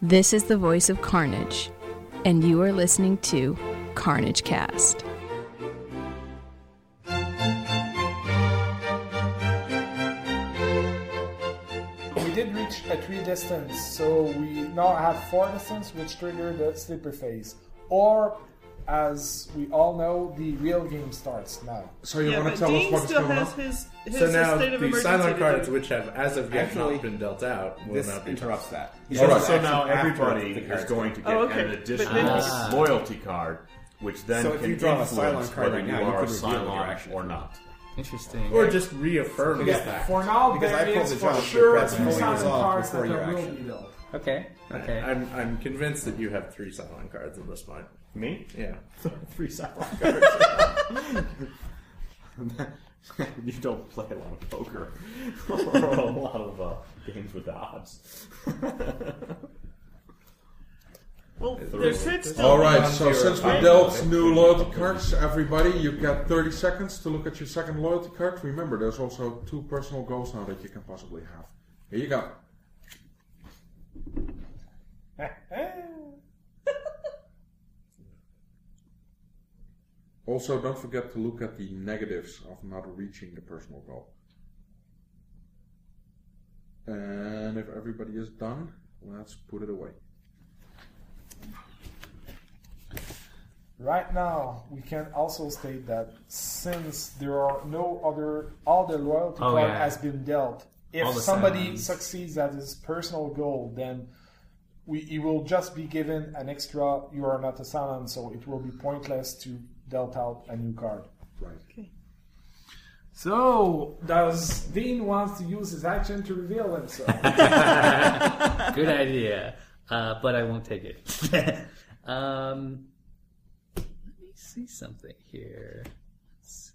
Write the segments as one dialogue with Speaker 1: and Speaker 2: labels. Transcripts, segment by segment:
Speaker 1: This is the voice of Carnage, and you are listening to Carnage Cast.
Speaker 2: We did reach a three distance, so we now have four distance, which trigger the sleeper phase. Or, as we all know, the real game starts now.
Speaker 3: So you
Speaker 4: yeah,
Speaker 3: want
Speaker 4: but
Speaker 3: to tell
Speaker 4: Dean
Speaker 3: us what's
Speaker 4: still
Speaker 3: going
Speaker 4: has
Speaker 3: on?
Speaker 4: his, his
Speaker 5: So now
Speaker 4: state of
Speaker 5: the
Speaker 4: emergency.
Speaker 5: silent cards,
Speaker 4: to do.
Speaker 5: which have as of yet
Speaker 6: Actually,
Speaker 5: not been dealt out, will
Speaker 6: This
Speaker 5: not be.
Speaker 6: interrupts that.
Speaker 5: All right.
Speaker 3: So
Speaker 6: So
Speaker 3: action
Speaker 6: now
Speaker 3: after
Speaker 6: everybody
Speaker 3: the
Speaker 6: is
Speaker 3: card's
Speaker 6: going to get
Speaker 4: Oh, okay.
Speaker 6: an
Speaker 4: But
Speaker 6: additional
Speaker 4: then-
Speaker 3: Ah.
Speaker 6: loyalty card, which then So if can
Speaker 5: you draw a
Speaker 6: influence
Speaker 5: Cylon card
Speaker 6: whether
Speaker 5: right
Speaker 6: you
Speaker 5: now, you
Speaker 6: are
Speaker 5: could
Speaker 6: a
Speaker 5: reveal your
Speaker 6: Cylon
Speaker 5: action.
Speaker 6: or not.
Speaker 3: Interesting.
Speaker 5: Or just reaffirm
Speaker 2: Yeah,
Speaker 5: the fact.
Speaker 2: for now,
Speaker 5: Because I
Speaker 2: there
Speaker 5: pulled
Speaker 2: is
Speaker 5: the
Speaker 2: for
Speaker 5: Jonathan
Speaker 2: sure
Speaker 5: Prince
Speaker 2: two
Speaker 5: fully
Speaker 2: thousand
Speaker 5: resolved
Speaker 2: cards
Speaker 5: before
Speaker 2: that
Speaker 5: your
Speaker 2: will
Speaker 5: action.
Speaker 2: be dealt.
Speaker 3: okay. Okay.
Speaker 5: I'm I'm convinced that you have three Cylon cards at this point.
Speaker 6: Me?
Speaker 5: Yeah.
Speaker 6: Three Cylon cards. you don't play a lot of poker or a lot of uh, games with the odds.
Speaker 4: Well, there could still
Speaker 3: All
Speaker 4: be-
Speaker 3: right. So
Speaker 5: Zero.
Speaker 3: since we dealt new loyalty cards, everybody, you've got 30 seconds to look at your second loyalty card. Remember, there's also two personal goals now that you can possibly have. Here you go. Also, don't forget to look at the negatives of not reaching the personal goal. And if everybody is done, let's put it away.
Speaker 2: Right now, we can also state that since there are no other, all the loyalty
Speaker 7: Oh,
Speaker 2: card
Speaker 7: yeah.
Speaker 2: has been dealt. If
Speaker 7: All the
Speaker 2: somebody
Speaker 7: Cylons.
Speaker 2: succeeds at his personal goal, then we he will just be given an extra. You are not a Cylon, so it will be pointless to dealt out a new card.
Speaker 3: Right.
Speaker 2: So, does Dean wants to use his action to reveal himself?
Speaker 7: Good idea. Uh, but I won't take it. um, let me see something here. Let's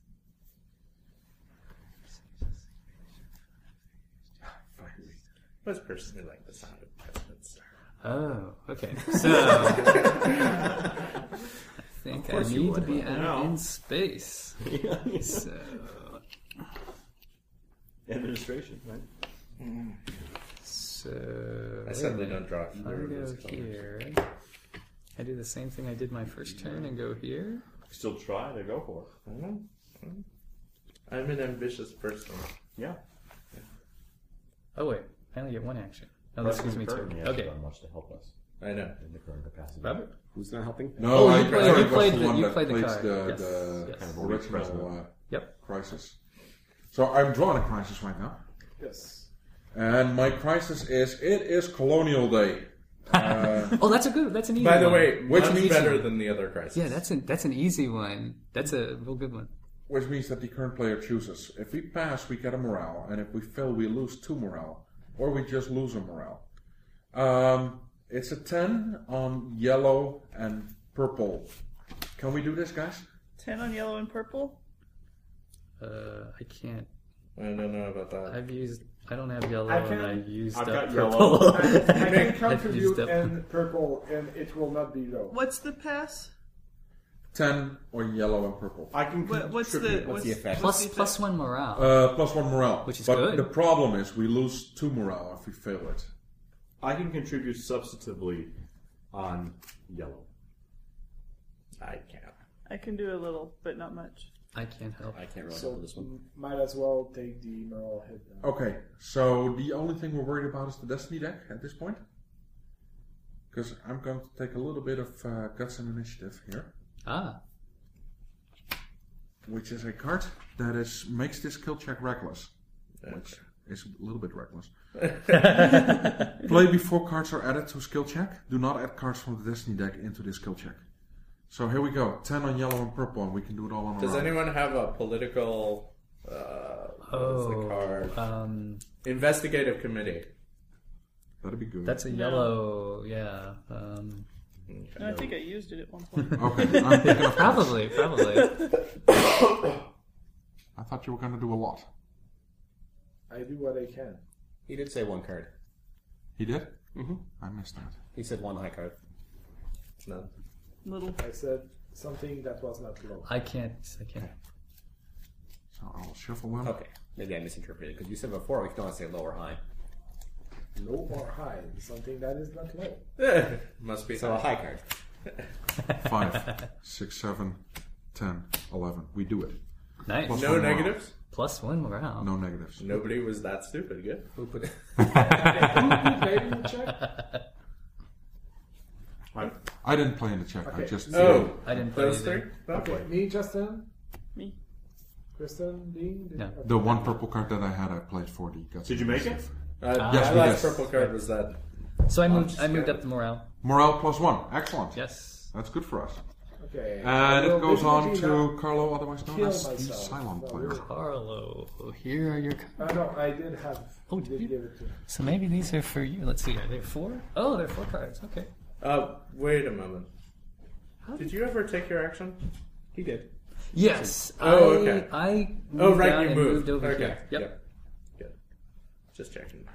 Speaker 5: Was personally like the sound of presidents.
Speaker 7: Oh, okay. So I think I need to be out
Speaker 6: No.
Speaker 7: in space. So
Speaker 6: Administration, right?
Speaker 7: so
Speaker 5: I suddenly don't draw
Speaker 7: I
Speaker 5: either of
Speaker 7: go
Speaker 5: those colors.
Speaker 7: here. I do the same thing I did my first turn and go here.
Speaker 6: Still try to go for it.
Speaker 5: I don't know. I'm an ambitious person.
Speaker 6: Yeah.
Speaker 7: Oh wait, I only get one action. No, Oh, this gives me two.
Speaker 6: Currently,
Speaker 7: Okay,
Speaker 6: not much to help us
Speaker 5: I know.
Speaker 6: in the current capacity.
Speaker 7: Robert.
Speaker 6: Who's not helping?
Speaker 3: No,
Speaker 7: Oh,
Speaker 3: I,
Speaker 7: you played-
Speaker 3: I
Speaker 7: you
Speaker 3: was
Speaker 7: played
Speaker 3: the
Speaker 7: the-
Speaker 3: one
Speaker 7: you
Speaker 3: that
Speaker 7: played the
Speaker 3: plays
Speaker 7: card.
Speaker 3: the,
Speaker 7: Yes,
Speaker 3: the
Speaker 7: yes.
Speaker 3: original uh,
Speaker 7: Yep.
Speaker 3: crisis. So I'm drawing a crisis right now,
Speaker 2: yes.
Speaker 3: and my crisis is it is Colonial Day. Uh,
Speaker 7: Oh, that's a good. That's an easy.
Speaker 5: By the
Speaker 7: one.
Speaker 5: way,
Speaker 3: Which
Speaker 5: which one's
Speaker 3: means-
Speaker 5: better than the other crisis?
Speaker 7: Yeah, that's a that's an easy one. That's a real good one.
Speaker 3: which means that the current player chooses. If we pass, we get a morale, and if we fail, we lose two morale, or we just lose a morale. Um, it's a ten on yellow and purple. Can we do this, guys?
Speaker 4: ten on yellow and purple.
Speaker 7: Uh, I can't.
Speaker 5: I don't know about that.
Speaker 7: I've used. I don't have yellow,
Speaker 2: I
Speaker 7: and I
Speaker 2: can-
Speaker 7: used
Speaker 6: I've
Speaker 7: up
Speaker 6: got
Speaker 7: purple.
Speaker 6: yellow.
Speaker 2: I can
Speaker 7: I've
Speaker 2: contribute
Speaker 7: used up-
Speaker 2: in purple, and it will not be low.
Speaker 4: What's the pass?
Speaker 3: Ten on yellow and purple.
Speaker 6: I can.
Speaker 4: What, what's the
Speaker 6: contribute.
Speaker 4: what's
Speaker 6: the effect?
Speaker 7: Plus
Speaker 4: the
Speaker 7: plus
Speaker 4: effect?
Speaker 7: one morale.
Speaker 3: Uh, plus one morale.
Speaker 7: Which is
Speaker 3: but
Speaker 7: good.
Speaker 3: the problem is we lose two morale if we fail it.
Speaker 6: I can contribute substantively on yellow.
Speaker 5: I can't.
Speaker 4: I can do a little, but not much.
Speaker 7: I can't help.
Speaker 6: I can't really
Speaker 2: So might as well take the moral hit. Then.
Speaker 3: Okay, so the only thing we're worried about is the Destiny deck at this point. Because I'm going to take a little bit of uh, Guts and Initiative here,
Speaker 7: Ah,
Speaker 3: which is a card that is makes this kill check reckless, which is a little bit reckless. Play before cards are added to skill check. Do not add cards from the Destiny deck into this skill check. So here we go. 10 on yellow and purple, and we can do it all on
Speaker 5: Does
Speaker 3: our own.
Speaker 5: anyone have a political? Uh, what's the
Speaker 7: Oh,
Speaker 5: card?
Speaker 7: um,
Speaker 5: Investigative committee.
Speaker 3: That'd be good.
Speaker 7: that's a yellow. Yeah. Um,
Speaker 4: No, I think I used it at one point.
Speaker 3: okay, I'm thinking of
Speaker 7: probably, probably.
Speaker 3: I thought you were going to do a lot.
Speaker 2: I do what I can.
Speaker 8: He did say one card.
Speaker 3: He did? Mm-hmm. I missed that.
Speaker 8: He said one high card.
Speaker 5: It's not.
Speaker 4: little.
Speaker 2: I said something that was not low.
Speaker 7: I can't. I can't.
Speaker 3: So I'll shuffle them.
Speaker 8: Okay. Maybe I misinterpreted because you said before we can only say low or high.
Speaker 2: Low or high? Something that is not low.
Speaker 5: Must be
Speaker 8: So a high card.
Speaker 3: Five, six, seven, ten, eleven. We do it.
Speaker 7: Nice.
Speaker 3: Plus
Speaker 5: No
Speaker 3: one round.
Speaker 5: negatives.
Speaker 7: Plus one round.
Speaker 3: No negatives.
Speaker 5: Nobody was that stupid. Good.
Speaker 8: Who put it?
Speaker 2: Maybe you check.
Speaker 3: I didn't play in the check. I
Speaker 2: Okay.
Speaker 3: just
Speaker 5: Oh,
Speaker 7: I didn't play
Speaker 5: those three.
Speaker 7: either.
Speaker 5: Okay.
Speaker 2: Me, Justin,
Speaker 4: Me.
Speaker 2: Kristen, Dean.
Speaker 7: No.
Speaker 3: the one purple card that I had. I played for the guts.
Speaker 6: Did you make it?
Speaker 7: Ah.
Speaker 5: Uh,
Speaker 3: Yes,
Speaker 5: my
Speaker 3: we
Speaker 5: last
Speaker 3: did.
Speaker 5: purple card was that.
Speaker 7: So I moved.
Speaker 5: just
Speaker 7: I moved
Speaker 5: kidding.
Speaker 7: up the morale.
Speaker 3: morale plus one? Excellent.
Speaker 7: Yes.
Speaker 3: That's good for us.
Speaker 2: Okay.
Speaker 3: And
Speaker 2: I will
Speaker 3: it Uh, goes on
Speaker 2: definitely
Speaker 3: to
Speaker 2: not-
Speaker 3: Carlo, otherwise known
Speaker 2: kill
Speaker 3: as the
Speaker 2: myself.
Speaker 3: silent
Speaker 2: No,
Speaker 3: player.
Speaker 2: really.
Speaker 7: Carlo, here are your.
Speaker 2: Uh, no, I did have.
Speaker 7: Oh,
Speaker 2: did
Speaker 7: did you?
Speaker 2: give it to you.
Speaker 7: So maybe these are for you. Let's see. Are there four? Oh, there are four cards. Okay.
Speaker 5: Uh, wait a moment.
Speaker 7: How
Speaker 5: Did you ever take your action?
Speaker 8: He did.
Speaker 7: Yes.
Speaker 5: Oh,
Speaker 7: I-
Speaker 5: okay.
Speaker 7: I. Moved
Speaker 5: Oh, right,
Speaker 7: down
Speaker 5: you
Speaker 7: and
Speaker 5: moved.
Speaker 7: over
Speaker 5: okay.
Speaker 7: here. Yep.
Speaker 5: Good. Just checking.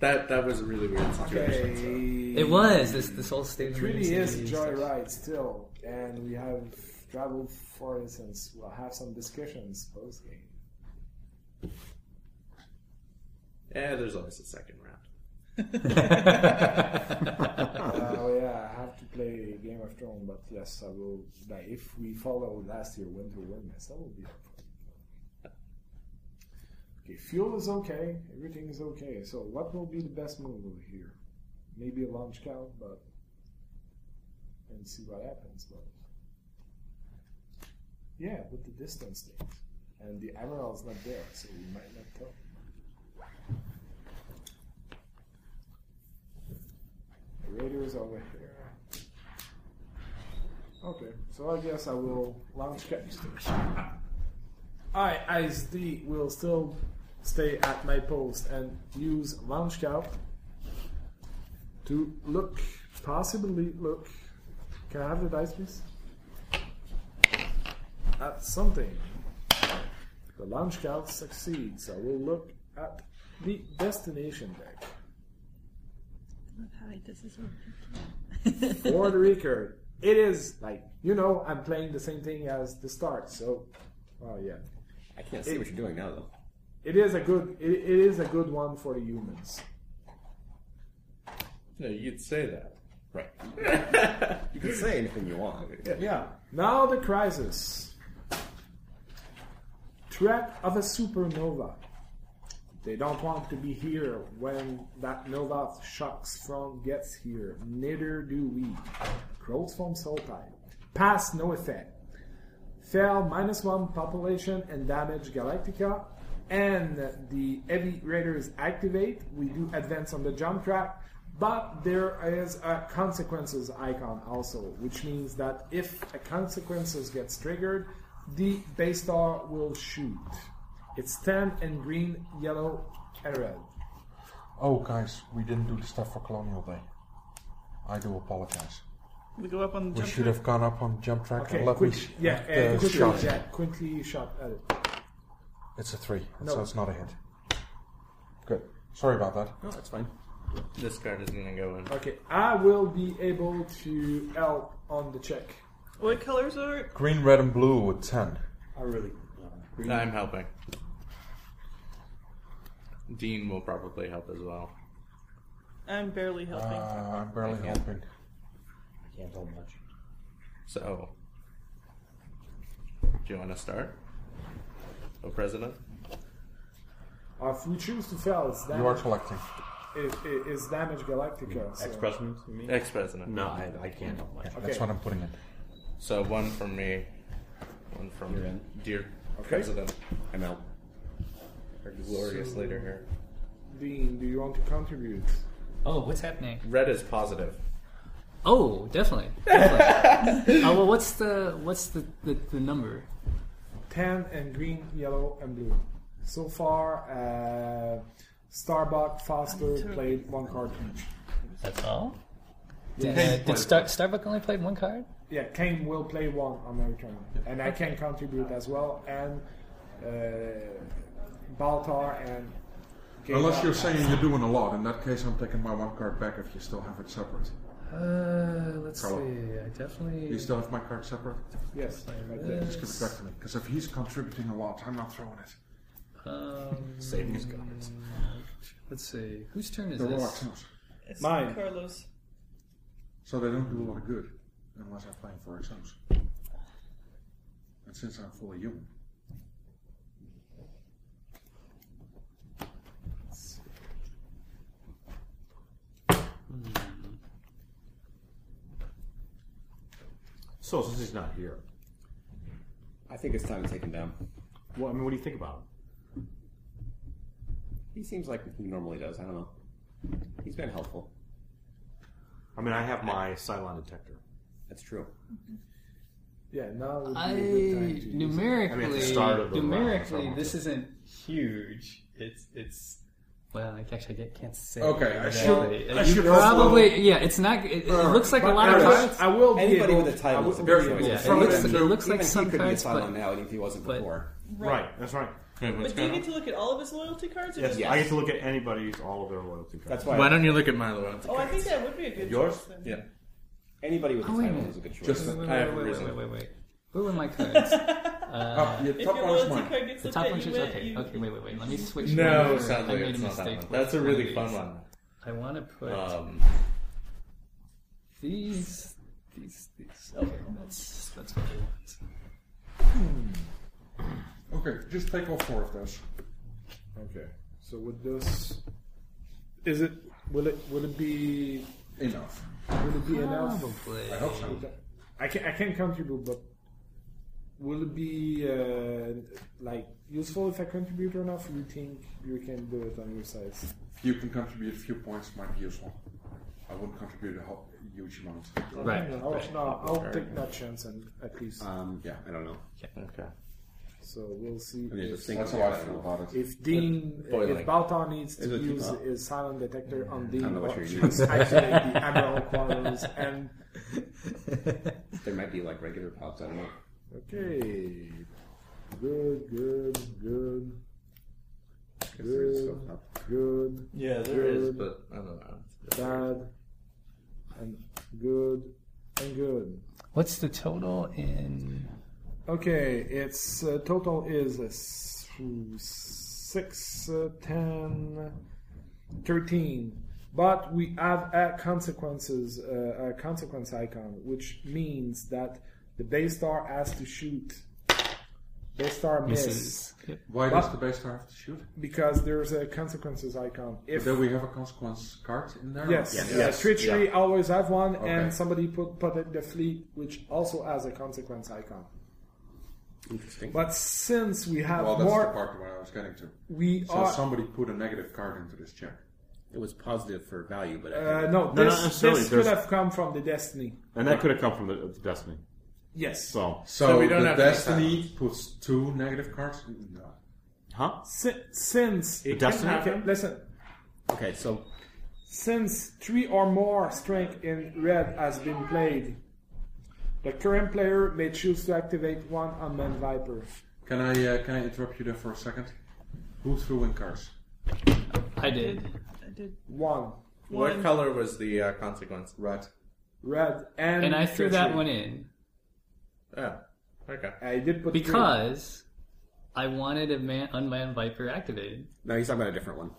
Speaker 5: That that was a really weird situation. so-
Speaker 2: Okay.
Speaker 7: It was this. This whole stage.
Speaker 2: It really is a
Speaker 7: stuff.
Speaker 2: joyride still, and we have traveled for instance. We'll have some discussions post game.
Speaker 5: Yeah, there's always a second round.
Speaker 2: Oh yeah, I have to play Game of Thrones, but yes, I will. Like, if we follow last year Winter Wilderness, that will be helpful. Okay, fuel is okay. Everything is okay. So, what will be the best move over here? Maybe a launch count, but and see what happens. But yeah, with the distance thing, and the Emerald's not there, so we might not tell. The radio is over here. Okay, so I guess I will launch captain. I, as D, will still stay at my post and use launch cap to look, possibly look. Can I have the dice, please? At something. The launch cap succeeds. I will look at the destination deck.
Speaker 4: Hi, this is
Speaker 2: for the record, it is like you know I'm playing the same thing as the start. So, oh yeah,
Speaker 8: I can't see what you're doing now though.
Speaker 2: it is a good it, it is a good one for the humans.
Speaker 5: No, you'd say that.
Speaker 8: Right. you can say anything you want.
Speaker 2: Yeah. Now the crisis. Threat of a supernova. They don't want to be here when that nova shocks from gets here. Neither do we. Growth from soul type. Pass no effect. Fail minus one population and damage Galactica. And the heavy raiders activate. We do advance on the jump track, but there is a consequences icon also, which means that if a consequences gets triggered, the base star will shoot. It's 10 and green, yellow, and red.
Speaker 3: Oh, guys, we didn't do the stuff for Colonial Day. I do apologize.
Speaker 4: We go up on the
Speaker 3: We
Speaker 4: jump
Speaker 3: should
Speaker 4: track.
Speaker 3: have gone up on jump track
Speaker 2: Okay,
Speaker 3: and let me
Speaker 2: quick, yeah, uh, quickly, yeah, quickly shot at it.
Speaker 3: It's a three,
Speaker 2: No.
Speaker 3: so it's not a hit. Good. Sorry about that.
Speaker 8: No, that's fine.
Speaker 5: This card is gonna go in.
Speaker 2: Okay, I will be able to help on the check.
Speaker 4: What colors are it?
Speaker 3: Green, red, and blue with ten.
Speaker 2: I really.
Speaker 5: I'm helping. Dean will probably help as well.
Speaker 4: I'm barely helping.
Speaker 3: Uh, I'm barely helping.
Speaker 6: I can't hold much.
Speaker 5: So, do you want to start? Oh, President?
Speaker 2: Uh, if we choose to fail, it's
Speaker 3: You are
Speaker 2: damage,
Speaker 3: collecting.
Speaker 2: it, it, it's damage Galactica. So.
Speaker 6: Ex president, you mean?
Speaker 5: Ex President.
Speaker 6: No, I, I can't hold much.
Speaker 3: That's what I'm putting in.
Speaker 5: So, one from me, one from
Speaker 8: You're in.
Speaker 5: dear
Speaker 2: Okay.
Speaker 5: President,
Speaker 8: I'm out.
Speaker 5: our glorious leader here.
Speaker 2: Dean, do you want to contribute?
Speaker 7: Oh, what's happening?
Speaker 5: Red is positive.
Speaker 7: Oh, definitely. definitely. oh well, what's the what's the, the, the number?
Speaker 2: 10 and green, yellow, and blue. So far, uh, Starbuck, Foster played one card each.
Speaker 7: That's all.
Speaker 2: Yes.
Speaker 7: Did, uh, did Star- Starbuck only played one card?
Speaker 2: Yeah, Kane will play one on my turn, and I can contribute as well. And uh, Baltar and Gabe
Speaker 3: Unless you're
Speaker 2: Baltar.
Speaker 3: saying you're doing a lot, in that case, I'm taking my one card back if you still have it separate.
Speaker 7: Uh, let's
Speaker 3: Carlo.
Speaker 7: see. I definitely.
Speaker 3: You still have my card separate?
Speaker 2: yes, like that.
Speaker 3: Just give it back to me. Because if he's contributing a lot, I'm not throwing it.
Speaker 7: Um,
Speaker 8: Save these cards.
Speaker 7: Let's see. Whose turn is
Speaker 3: The Rolex
Speaker 7: this?
Speaker 3: house.
Speaker 4: It's
Speaker 2: Mine.
Speaker 4: Carlos.
Speaker 3: So they don't do a lot of good unless I play them for exams. And since I'm fully human,
Speaker 6: So since he's not here,
Speaker 8: I think it's time to take him down.
Speaker 6: well, I mean, what do you think about him?
Speaker 8: He seems like he normally does. I don't know. He's been helpful.
Speaker 6: I mean, I have my Cylon detector.
Speaker 8: That's true.
Speaker 2: Yeah, now would be
Speaker 7: I
Speaker 2: a good time to use it.
Speaker 7: numerically,
Speaker 6: I mean, at the start of the round,
Speaker 7: numerically,
Speaker 6: someone
Speaker 7: this
Speaker 6: said-
Speaker 7: isn't huge. It's it's. Well, I actually I can't say.
Speaker 3: Okay, I
Speaker 7: exactly.
Speaker 3: should-
Speaker 7: Uh,
Speaker 3: I
Speaker 7: you
Speaker 3: should
Speaker 7: probably yeah. It's not. It, it looks like a
Speaker 2: But
Speaker 7: lot of
Speaker 2: Ernest,
Speaker 7: cards.
Speaker 2: I will be
Speaker 8: Anybody
Speaker 2: able-
Speaker 8: with a title
Speaker 2: I will
Speaker 8: is a
Speaker 2: be
Speaker 8: very
Speaker 2: able-
Speaker 8: good
Speaker 7: Yeah, it
Speaker 8: From
Speaker 7: looks,
Speaker 8: them,
Speaker 7: it
Speaker 8: so
Speaker 7: looks
Speaker 8: even
Speaker 7: like
Speaker 8: if
Speaker 7: some
Speaker 8: he could
Speaker 7: cards,
Speaker 8: be a Cylon
Speaker 7: but
Speaker 8: now, and if he wasn't
Speaker 7: but-
Speaker 8: before,
Speaker 4: Right.
Speaker 6: That's right.
Speaker 5: Wait, what's
Speaker 4: But do you
Speaker 5: going
Speaker 4: get
Speaker 5: on?
Speaker 4: to look at all of his loyalty cards? Or
Speaker 6: Yes,
Speaker 4: just
Speaker 8: Yes.
Speaker 6: I get to look at anybody's all of their loyalty cards.
Speaker 8: that's why,
Speaker 5: Why don't you look at my loyalty?
Speaker 4: Oh, I think that would be a good
Speaker 6: Yours?
Speaker 4: choice then.
Speaker 5: Yeah.
Speaker 8: anybody with a
Speaker 7: Oh, wait a
Speaker 8: title
Speaker 7: minute.
Speaker 8: is a good choice.
Speaker 3: just
Speaker 7: wait, wait,
Speaker 5: I have
Speaker 7: wait, wait,
Speaker 5: risen.
Speaker 7: wait, wait, wait. Where were my cards?
Speaker 3: Ah, your
Speaker 4: If
Speaker 3: top
Speaker 4: your
Speaker 3: one is
Speaker 4: loyalty
Speaker 3: mine.
Speaker 4: card gets
Speaker 7: The
Speaker 4: looked
Speaker 7: top
Speaker 4: at,
Speaker 7: one
Speaker 4: you
Speaker 7: should
Speaker 4: win.
Speaker 7: okay.
Speaker 4: You,
Speaker 7: Okay, wait, wait, wait. Let me switch. one
Speaker 5: No,
Speaker 7: over.
Speaker 5: sadly,
Speaker 7: I made
Speaker 5: it's
Speaker 7: a
Speaker 5: not that
Speaker 7: mistake.
Speaker 5: one.
Speaker 7: with
Speaker 5: That's a
Speaker 7: of
Speaker 5: really
Speaker 7: these.
Speaker 5: fun one.
Speaker 7: I want to put
Speaker 5: Um,
Speaker 7: these, these, these. Okay, that's that's what I want.
Speaker 3: okay, just take all four of those.
Speaker 2: Okay. So would this is it will it will it be
Speaker 3: Enough.
Speaker 2: will it be enough?
Speaker 7: Probably.
Speaker 3: I hope so.
Speaker 2: I can I can contribute, but will it be uh, like useful if I contribute or not? You think you can do it on your side?
Speaker 3: You can contribute a few points, might be useful. I wouldn't contribute a ho- huge amount.
Speaker 7: Right,
Speaker 2: No, I'll, no, I'll take that chance and at least.
Speaker 8: Um,
Speaker 3: Yeah.
Speaker 8: I don't know.
Speaker 6: Okay.
Speaker 2: so we'll see.
Speaker 8: I mean,
Speaker 2: if-
Speaker 8: just think
Speaker 3: That's how
Speaker 8: about
Speaker 3: I
Speaker 8: it.
Speaker 3: feel about it.
Speaker 2: If Dean,
Speaker 5: boiling.
Speaker 2: if Baltar needs to
Speaker 8: Is it too
Speaker 2: use
Speaker 8: hot?
Speaker 2: his silent detector on Dean,
Speaker 8: I don't know what
Speaker 2: or
Speaker 8: you're
Speaker 2: to
Speaker 8: using.
Speaker 2: activate the Admiral Quarrels, and
Speaker 8: There might be like regular pops. I don't know.
Speaker 2: okay, good, good, good,
Speaker 8: Because there is still pop.
Speaker 2: good,
Speaker 5: yeah, there is, but I don't know.
Speaker 2: bad, and good, and good.
Speaker 7: What's the total in?
Speaker 2: Okay, its uh, total is uh, s- ooh, 6, uh, 10, 13. But we have a consequences, uh, a consequence icon, which means that the base star has to shoot. Base star miss
Speaker 7: Yep.
Speaker 3: Why
Speaker 2: But-
Speaker 3: does the base star have to shoot?
Speaker 2: because there's a consequences icon. If
Speaker 3: Then we have a consequence card in there?
Speaker 2: yes,
Speaker 6: Yes.
Speaker 2: yes.
Speaker 6: Yes.
Speaker 2: treachery always have one,
Speaker 3: Okay.
Speaker 2: and somebody put protect the fleet, which also has a consequence icon.
Speaker 8: Interesting.
Speaker 7: Uh,
Speaker 2: But since we have
Speaker 3: Well, that's the
Speaker 2: more,
Speaker 3: part where I was getting to.
Speaker 2: we
Speaker 3: So
Speaker 7: Uh,
Speaker 2: are
Speaker 3: somebody put a negative card into this check.
Speaker 8: It was positive for value, but I
Speaker 2: Uh,
Speaker 8: think-
Speaker 2: no,
Speaker 6: not
Speaker 2: this,
Speaker 6: necessarily.
Speaker 2: this could
Speaker 6: There's-
Speaker 2: have come from the Destiny.
Speaker 6: And that could have come from the, the Destiny.
Speaker 2: Yes.
Speaker 6: So,
Speaker 3: So,
Speaker 5: we don't
Speaker 3: the
Speaker 5: have any
Speaker 3: Destiny puts two negative cards? No.
Speaker 6: huh?
Speaker 2: Si- since it
Speaker 6: Destiny
Speaker 2: can happen,
Speaker 6: came?
Speaker 2: listen,
Speaker 8: okay, so
Speaker 2: since three or more strength in red has been played, the current player may choose to activate one unmanned Viper.
Speaker 3: Can I uh, can I interrupt you there for a second? Who threw in cards?
Speaker 7: I did.
Speaker 4: I did
Speaker 2: One
Speaker 5: What
Speaker 4: One.
Speaker 5: color was the uh, consequence?
Speaker 3: Red.
Speaker 2: red and
Speaker 7: And I threw that
Speaker 2: treachery.
Speaker 7: one in
Speaker 5: Oh, okay.
Speaker 2: I did put three.
Speaker 7: because I wanted a man, unmanned Viper activated.
Speaker 8: no, he's talking about a different one.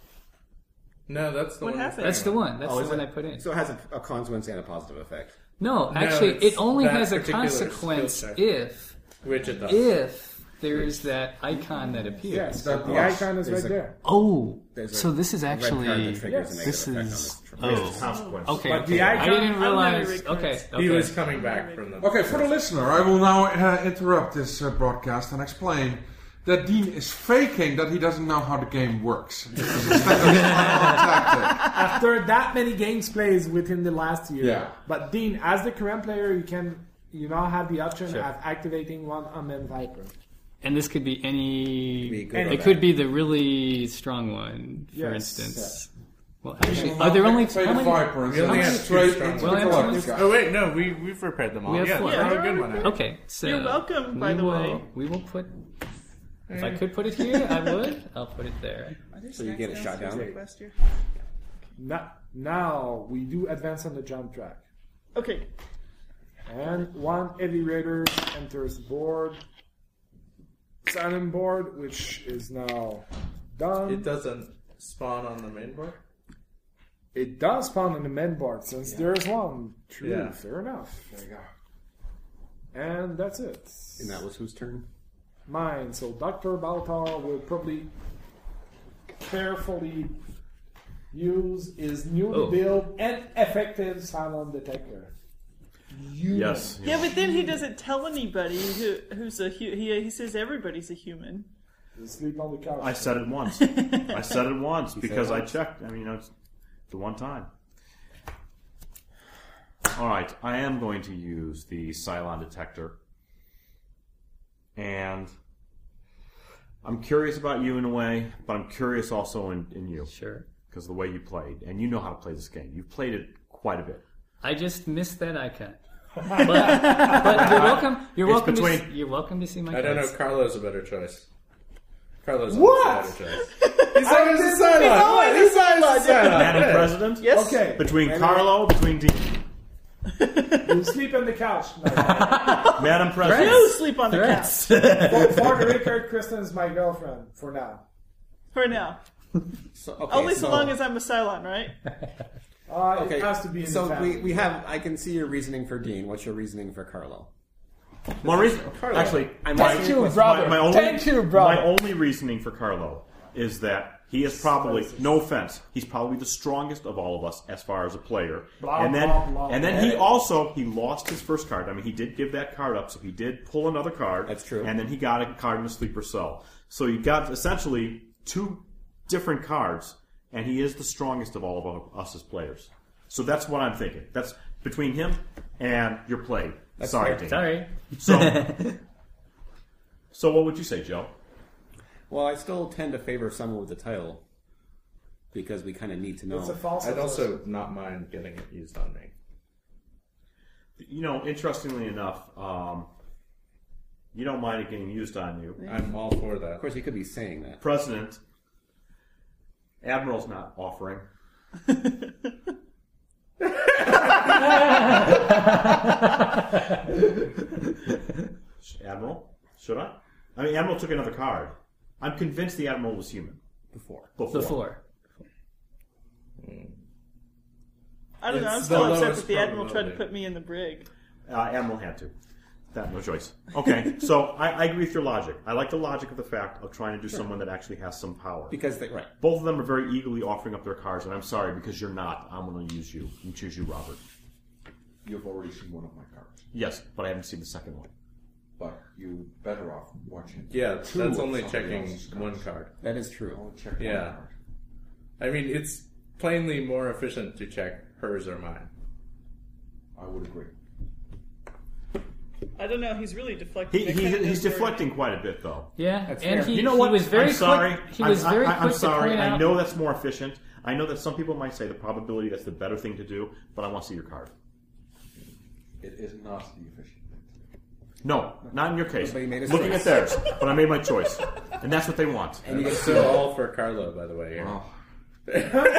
Speaker 5: No, that's the
Speaker 4: What
Speaker 5: one.
Speaker 4: happened?
Speaker 7: That's the one. That's
Speaker 8: Oh,
Speaker 7: the
Speaker 8: is
Speaker 7: one
Speaker 8: it?
Speaker 7: I put in.
Speaker 8: So it has a, a consequence and a positive effect.
Speaker 7: no, actually, it
Speaker 5: it's
Speaker 7: only
Speaker 5: that
Speaker 7: has a
Speaker 5: particular skill
Speaker 7: consequence
Speaker 5: set.
Speaker 7: if
Speaker 5: Which it does.
Speaker 7: if there is that icon that appears.
Speaker 2: Yes,
Speaker 3: That
Speaker 2: the
Speaker 3: was-
Speaker 2: icon is right
Speaker 8: there's a-
Speaker 2: there.
Speaker 7: Oh,
Speaker 8: There's a
Speaker 7: so this is
Speaker 8: red card that
Speaker 7: actually
Speaker 8: triggers a
Speaker 2: Yes.
Speaker 8: negative
Speaker 7: this
Speaker 8: effect on
Speaker 7: is
Speaker 8: the-
Speaker 6: It's a
Speaker 7: oh
Speaker 6: consequence.
Speaker 7: okay.
Speaker 2: But the
Speaker 7: okay. I
Speaker 2: icon-
Speaker 7: didn't
Speaker 4: I'm gonna
Speaker 7: realize.
Speaker 4: recurse.
Speaker 7: Okay, okay.
Speaker 5: He was coming back from the.
Speaker 3: Okay, for the listener, I will now uh, interrupt this uh, broadcast and explain that Dean is faking that he doesn't know how the game works. This is a standard final tactic.
Speaker 2: After that many games plays within the last year,
Speaker 3: Yeah.
Speaker 2: but Dean, as the current player, you can you now have the option of activating one unmanned Viper.
Speaker 7: And this could be any.
Speaker 8: be good
Speaker 2: And
Speaker 8: or
Speaker 7: it
Speaker 8: bad.
Speaker 7: could be the really strong one, for
Speaker 2: Yes.
Speaker 7: instance. Well, actually,
Speaker 3: Well,
Speaker 7: are there
Speaker 3: I
Speaker 7: only
Speaker 3: played
Speaker 7: how
Speaker 3: the
Speaker 7: many?
Speaker 3: Viper and
Speaker 5: We only
Speaker 3: then
Speaker 5: have two
Speaker 3: straight
Speaker 5: strong
Speaker 3: into the
Speaker 7: ones. We only have
Speaker 3: broadcast.
Speaker 5: Oh wait, no, we we've repaired them all.
Speaker 7: We have
Speaker 5: yeah,
Speaker 7: four.
Speaker 5: throw a good
Speaker 4: Yeah.
Speaker 5: one. out.
Speaker 7: Okay, so
Speaker 4: You're welcome, by
Speaker 7: we
Speaker 4: the
Speaker 7: will,
Speaker 4: way.
Speaker 7: We will put. If I could put it here, I would. I'll put it there.
Speaker 8: So you get a shot down.
Speaker 2: Now, now we do advance on the jump track.
Speaker 4: Okay.
Speaker 2: And one heavy raider enters the board. Silent board, which is now done.
Speaker 5: It doesn't spawn on the main board?
Speaker 2: It does spawn in the men board since there's one. True,
Speaker 5: Yeah.
Speaker 2: fair enough. There you go. And that's it.
Speaker 8: And that was whose turn?
Speaker 2: mine. So Dr. Baltar will probably carefully use his newly
Speaker 7: Oh.
Speaker 2: built and effective silent detector. You
Speaker 6: Yes.
Speaker 4: Yeah, but then he doesn't tell anybody who who's a hu- he. He says everybody's a human.
Speaker 2: sleep on the couch.
Speaker 6: I said it once. I said it once because
Speaker 8: it
Speaker 6: I
Speaker 8: once.
Speaker 6: checked. I mean, you know, it's the one time. All right, I am going to use the Cylon detector, and I'm curious about you in a way, but I'm curious also in, in you
Speaker 7: Sure.
Speaker 6: because of the way you played, and you know how to play this game. You've played it quite a bit.
Speaker 7: I just missed that icon. But, but you're welcome. You're
Speaker 6: It's
Speaker 7: welcome. To, s-
Speaker 6: between-
Speaker 7: you're welcome to see my.
Speaker 5: I don't know.
Speaker 7: cards.
Speaker 5: Carlo's a better choice. Carlo's
Speaker 2: What?
Speaker 5: a better choice. He's always a Cylon. He's always a
Speaker 6: Madam
Speaker 5: Cylon. Yeah.
Speaker 6: President,
Speaker 4: Yes.
Speaker 2: Okay.
Speaker 6: between
Speaker 2: Anyway,
Speaker 6: Carlo, between D-
Speaker 2: you sleep on the couch. Now.
Speaker 6: Madam President,
Speaker 4: No sleep on the couch
Speaker 7: Threats.
Speaker 2: for, for the record, Kristen is my girlfriend for now.
Speaker 4: for now.
Speaker 5: So, okay,
Speaker 4: Only so
Speaker 5: so-
Speaker 4: long as I'm a Cylon, right?
Speaker 2: Uh,
Speaker 8: Okay.
Speaker 2: It has to be in the
Speaker 8: so
Speaker 2: family.
Speaker 8: we, we have. I can see your reasoning for Dean. What's your reasoning for Carlo?
Speaker 6: My reason, actually, I'm my,
Speaker 2: Thank you, brother.
Speaker 6: My, my only,
Speaker 2: Thank you, brother.
Speaker 6: My only reasoning for Carlo is that he is probably, no offense, he's probably the strongest of all of us as far as a player.
Speaker 2: Blah,
Speaker 6: and then,
Speaker 2: blah, blah,
Speaker 6: and then he
Speaker 8: blah.
Speaker 6: also he lost his first card. I mean, he did give that card up, so he did pull another card.
Speaker 8: That's true.
Speaker 6: And then he got a card in the sleeper cell. So you got essentially two different cards, and he is the strongest of all of us as players. So that's what I'm thinking. That's between him and your play. Sorry,
Speaker 8: fair.
Speaker 6: Dan.
Speaker 7: Sorry.
Speaker 6: So, so what would you say, Joe?
Speaker 8: Well, I still tend to favor someone with a title because we kind of need to know.
Speaker 2: it's a false.
Speaker 5: I'd also not mind getting it used on me.
Speaker 6: You know, interestingly enough, um, you don't mind it getting used on you.
Speaker 5: I'm all for
Speaker 8: of
Speaker 5: that.
Speaker 8: course, you could be saying that.
Speaker 6: President, Admiral's not offering. Admiral, should I? I mean, Admiral took another card. I'm convinced the Admiral was human
Speaker 8: Before.
Speaker 6: before.
Speaker 7: Before.
Speaker 4: I don't know. I'm
Speaker 5: It's
Speaker 4: still
Speaker 5: the
Speaker 4: upset
Speaker 5: lowest
Speaker 4: that the admiral tried to
Speaker 5: probability.
Speaker 4: put me in the brig.
Speaker 6: Uh, Admiral had to. That no choice. Okay, so I, I agree with your logic. I like the logic of the fact of trying to do someone that actually has some power.
Speaker 8: Because they right.
Speaker 6: Both of them are very eagerly offering up their cars, and I'm sorry because you're not. I'm going to use you and choose you, Robert.
Speaker 3: You've already seen one of my cards,
Speaker 6: Yes, but I haven't seen the second one.
Speaker 3: but you better off watching. two
Speaker 5: Yeah, that's
Speaker 3: of
Speaker 5: only
Speaker 3: somebody
Speaker 5: checking
Speaker 3: else's cards.
Speaker 5: one card.
Speaker 8: That is true.
Speaker 3: Only check
Speaker 5: Yeah.
Speaker 3: one card.
Speaker 5: I mean, it's plainly more efficient to check hers or mine.
Speaker 3: I would agree.
Speaker 4: I don't know. He's really deflecting.
Speaker 6: He,
Speaker 4: I
Speaker 6: he,
Speaker 4: couldn't
Speaker 6: he's
Speaker 4: just-
Speaker 6: deflecting quite a bit, though.
Speaker 7: Yeah.
Speaker 8: That's
Speaker 7: and
Speaker 8: fair.
Speaker 7: he,
Speaker 6: You know
Speaker 7: he
Speaker 6: what?
Speaker 7: was very
Speaker 6: I'm sorry.
Speaker 7: quick. He was
Speaker 6: I'm,
Speaker 7: very
Speaker 6: I,
Speaker 7: quick
Speaker 6: I'm sorry.
Speaker 7: to point
Speaker 6: I
Speaker 7: out-
Speaker 6: know that's more efficient. I know that some people might say the probability that's the better thing to do, but I want to see your card.
Speaker 3: It is not the efficient thing to do.
Speaker 6: No, not in your case.
Speaker 8: But you made a
Speaker 6: Looking
Speaker 8: choice.
Speaker 6: at theirs, but I made my choice, and that's what they want.
Speaker 8: And you
Speaker 5: I'm
Speaker 8: get
Speaker 5: still all for Carlo, by the way. Here.
Speaker 3: Oh,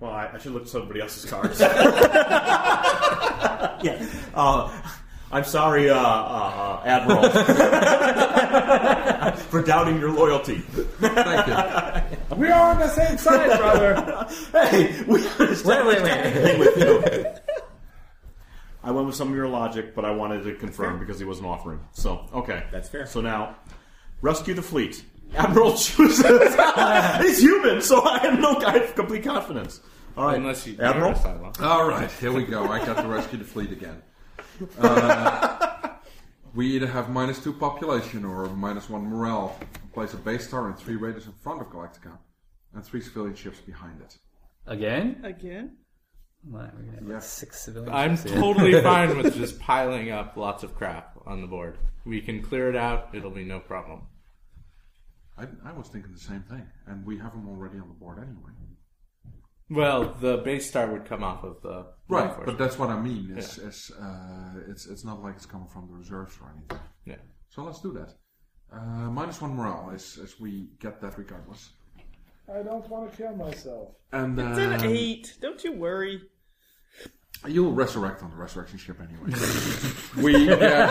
Speaker 6: Well, I, I should look at somebody else's cards. yeah. Uh, I'm sorry, uh, uh, uh, Admiral, for doubting your loyalty.
Speaker 8: thank you.
Speaker 2: we are on the same side, brother.
Speaker 6: hey, we wait,
Speaker 7: wait, wait.
Speaker 6: with you. I went with some of your logic, but I wanted to confirm because he wasn't offering. So, okay.
Speaker 8: That's fair.
Speaker 6: So now, rescue the fleet. Admiral chooses. He's human, so I have no I have complete confidence. All right.
Speaker 5: Unless you
Speaker 6: Admiral?
Speaker 5: you're a Cylon.
Speaker 3: All right, here we go. I got to rescue the fleet again. Uh, we either have minus two population or minus one morale. Place a base star and three raiders in front of Galactica, and three civilian ships behind it.
Speaker 7: Again.
Speaker 4: again.
Speaker 7: Wow, we're gonna have
Speaker 3: Yeah.
Speaker 7: Six civilians.
Speaker 5: I'm
Speaker 7: here.
Speaker 5: totally fine with just piling up lots of crap on the board. We can clear it out; it'll be no problem.
Speaker 3: I, I was thinking the same thing, and we have them already on the board anyway.
Speaker 5: Well, the base star would come off of the
Speaker 3: Right,
Speaker 5: reinforcement.
Speaker 3: but that's what I mean. Is, is, uh, it's it's not like it's coming from the reserves or anything.
Speaker 5: yeah.
Speaker 3: So let's do that. Uh, minus one morale is as we get that regardless.
Speaker 2: I don't want to kill myself.
Speaker 3: And
Speaker 4: It's an
Speaker 3: um,
Speaker 4: eight. Don't you worry.
Speaker 3: You'll resurrect on the resurrection ship anyway. we get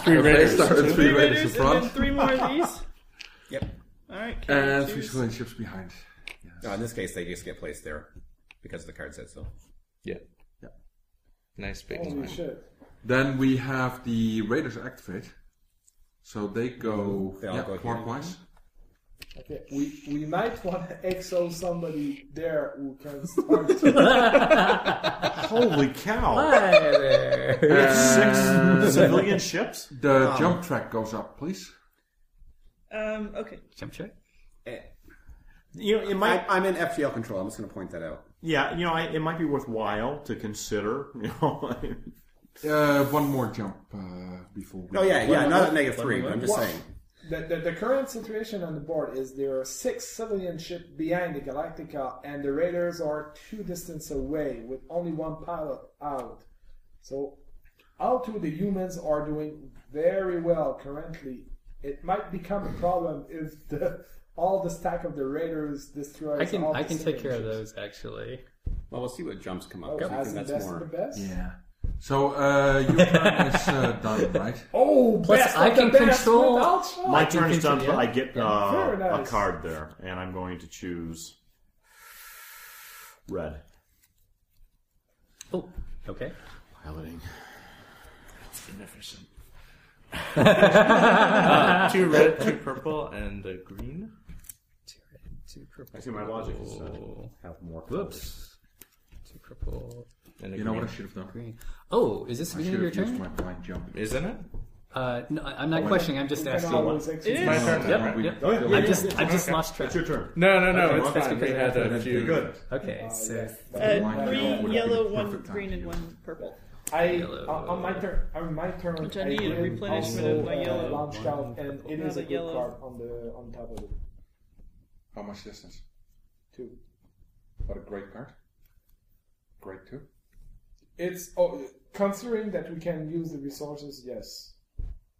Speaker 5: three raiders.
Speaker 3: Start with three
Speaker 4: Three
Speaker 3: raiders in
Speaker 4: raiders and then
Speaker 3: front.
Speaker 4: three more of these.
Speaker 8: Yep.
Speaker 4: All right. can I
Speaker 3: And three
Speaker 4: choose?
Speaker 3: civilian ships behind.
Speaker 8: No, in this case, they just get placed there because the card says so.
Speaker 5: Yeah. Nice big
Speaker 2: Holy
Speaker 5: line.
Speaker 2: shit.
Speaker 3: Then we have the raiders activate. So they go,
Speaker 8: They all
Speaker 3: yeah,
Speaker 8: go here.
Speaker 3: clockwise.
Speaker 2: Okay, we, we might want to exo somebody there who can start to
Speaker 6: Holy cow!
Speaker 7: Hi there.
Speaker 6: Six civilian ships.
Speaker 3: The jump track goes up, please.
Speaker 4: Um. Okay.
Speaker 7: Jump check.
Speaker 6: You know, it
Speaker 8: Eh, I,
Speaker 6: might.
Speaker 8: I'm in FGL control. I'm just going to point that out.
Speaker 6: Yeah, you know, I, it might be worthwhile to consider. You know,
Speaker 3: Uh, one more jump uh, before. we-
Speaker 8: Oh yeah, yeah.
Speaker 2: What-
Speaker 8: Not
Speaker 2: what-
Speaker 8: at negative three, but I'm just
Speaker 2: what-
Speaker 8: saying.
Speaker 2: the, the, the current situation on the board is there are six civilian ships behind the Galactica, and the raiders are two distance away with only one pilot out. So, out two the humans are doing very well currently. It might become a problem if the, all the stack of the raiders destroys.
Speaker 7: I can
Speaker 2: all
Speaker 7: I
Speaker 2: the
Speaker 7: can take
Speaker 2: civilian
Speaker 7: care of
Speaker 2: ships.
Speaker 7: those actually.
Speaker 8: Well, we'll see what jumps come up.
Speaker 2: Oh,
Speaker 8: because I
Speaker 2: as
Speaker 8: think
Speaker 2: the
Speaker 8: that's
Speaker 2: best of the
Speaker 8: more.
Speaker 2: best.
Speaker 3: Yeah. So uh, your turn is uh, done, right?
Speaker 2: Oh,
Speaker 7: Plus,
Speaker 2: best
Speaker 7: I
Speaker 2: of the
Speaker 7: can
Speaker 2: best
Speaker 7: control-
Speaker 2: without shot.
Speaker 6: my
Speaker 7: I can
Speaker 6: turn is done,
Speaker 7: consider-
Speaker 6: but I get uh,
Speaker 2: Very nice.
Speaker 6: a card there, and I'm going to choose red.
Speaker 7: Oh, okay.
Speaker 6: Piloting.
Speaker 5: Inefficient. uh, two red, two purple, and a green.
Speaker 7: Two red, two purple.
Speaker 6: I see my logic is uh,
Speaker 7: Oh.
Speaker 6: have more. colors.
Speaker 7: Whoops. Two purple.
Speaker 5: And a
Speaker 3: You know what I
Speaker 5: green.
Speaker 3: should have done?
Speaker 7: Green. Oh, is this the
Speaker 3: I
Speaker 7: beginning of
Speaker 3: should
Speaker 7: your
Speaker 3: have used Oh,
Speaker 7: turn?
Speaker 3: my blind jump.
Speaker 5: Isn't it?
Speaker 7: Uh, no, I- I'm not questioning. I'm just
Speaker 2: You can
Speaker 7: asking.
Speaker 2: always
Speaker 4: It
Speaker 2: exercise.
Speaker 4: is.
Speaker 5: My turn.
Speaker 7: Yep,
Speaker 5: right?
Speaker 7: yep.
Speaker 6: Oh, yeah, yeah,
Speaker 7: I
Speaker 6: yeah,
Speaker 7: just
Speaker 6: yeah.
Speaker 7: I just lost track.
Speaker 6: It's your turn.
Speaker 5: No, no, no.
Speaker 7: Okay,
Speaker 5: it's
Speaker 7: well, that's
Speaker 5: fine. We
Speaker 7: because I
Speaker 5: had
Speaker 7: have
Speaker 5: a few.
Speaker 6: Good.
Speaker 7: Okay,
Speaker 3: Oh,
Speaker 7: so
Speaker 4: Uh,
Speaker 3: Line
Speaker 4: three
Speaker 3: would be
Speaker 4: yellow,
Speaker 3: the
Speaker 4: one
Speaker 3: perfect time
Speaker 4: green,
Speaker 3: to
Speaker 4: and
Speaker 3: do
Speaker 4: one purple.
Speaker 2: I
Speaker 7: Yellow.
Speaker 2: on on my turn. On my turn.
Speaker 4: Which I need a
Speaker 2: did
Speaker 4: replenishment
Speaker 2: also,
Speaker 4: of my
Speaker 2: uh,
Speaker 4: yellow.
Speaker 2: Launched out, and it
Speaker 4: Now
Speaker 2: is a
Speaker 4: the
Speaker 2: good
Speaker 4: yellow.
Speaker 2: card on the on top of it.
Speaker 3: How much distance?
Speaker 2: Two.
Speaker 3: What a great card. Great too.
Speaker 2: It's oh, considering that we can use the resources. Yes,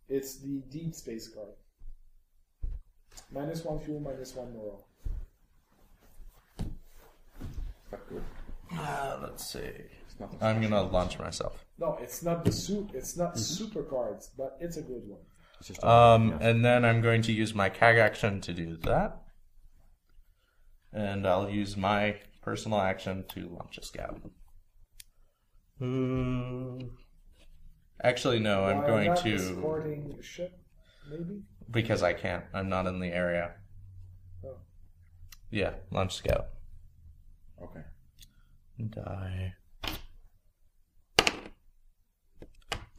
Speaker 2: it's the deep space card. Minus one fuel, minus one moral.
Speaker 3: But good.
Speaker 5: Uh, let's see.
Speaker 3: It's not
Speaker 5: I'm gonna launch myself.
Speaker 2: No, it's not the soup. It's not super cards, but it's a good one.
Speaker 5: Um, and then I'm going to use my CAG action to do that. And I'll use my personal action to launch a scout. Mm. Actually, no, I'm
Speaker 2: While
Speaker 5: going
Speaker 2: not
Speaker 5: to.
Speaker 2: escorting a ship, maybe.
Speaker 5: Because I can't. I'm not in the area.
Speaker 2: Oh.
Speaker 5: Yeah, launch scout.
Speaker 3: okay.
Speaker 5: Die.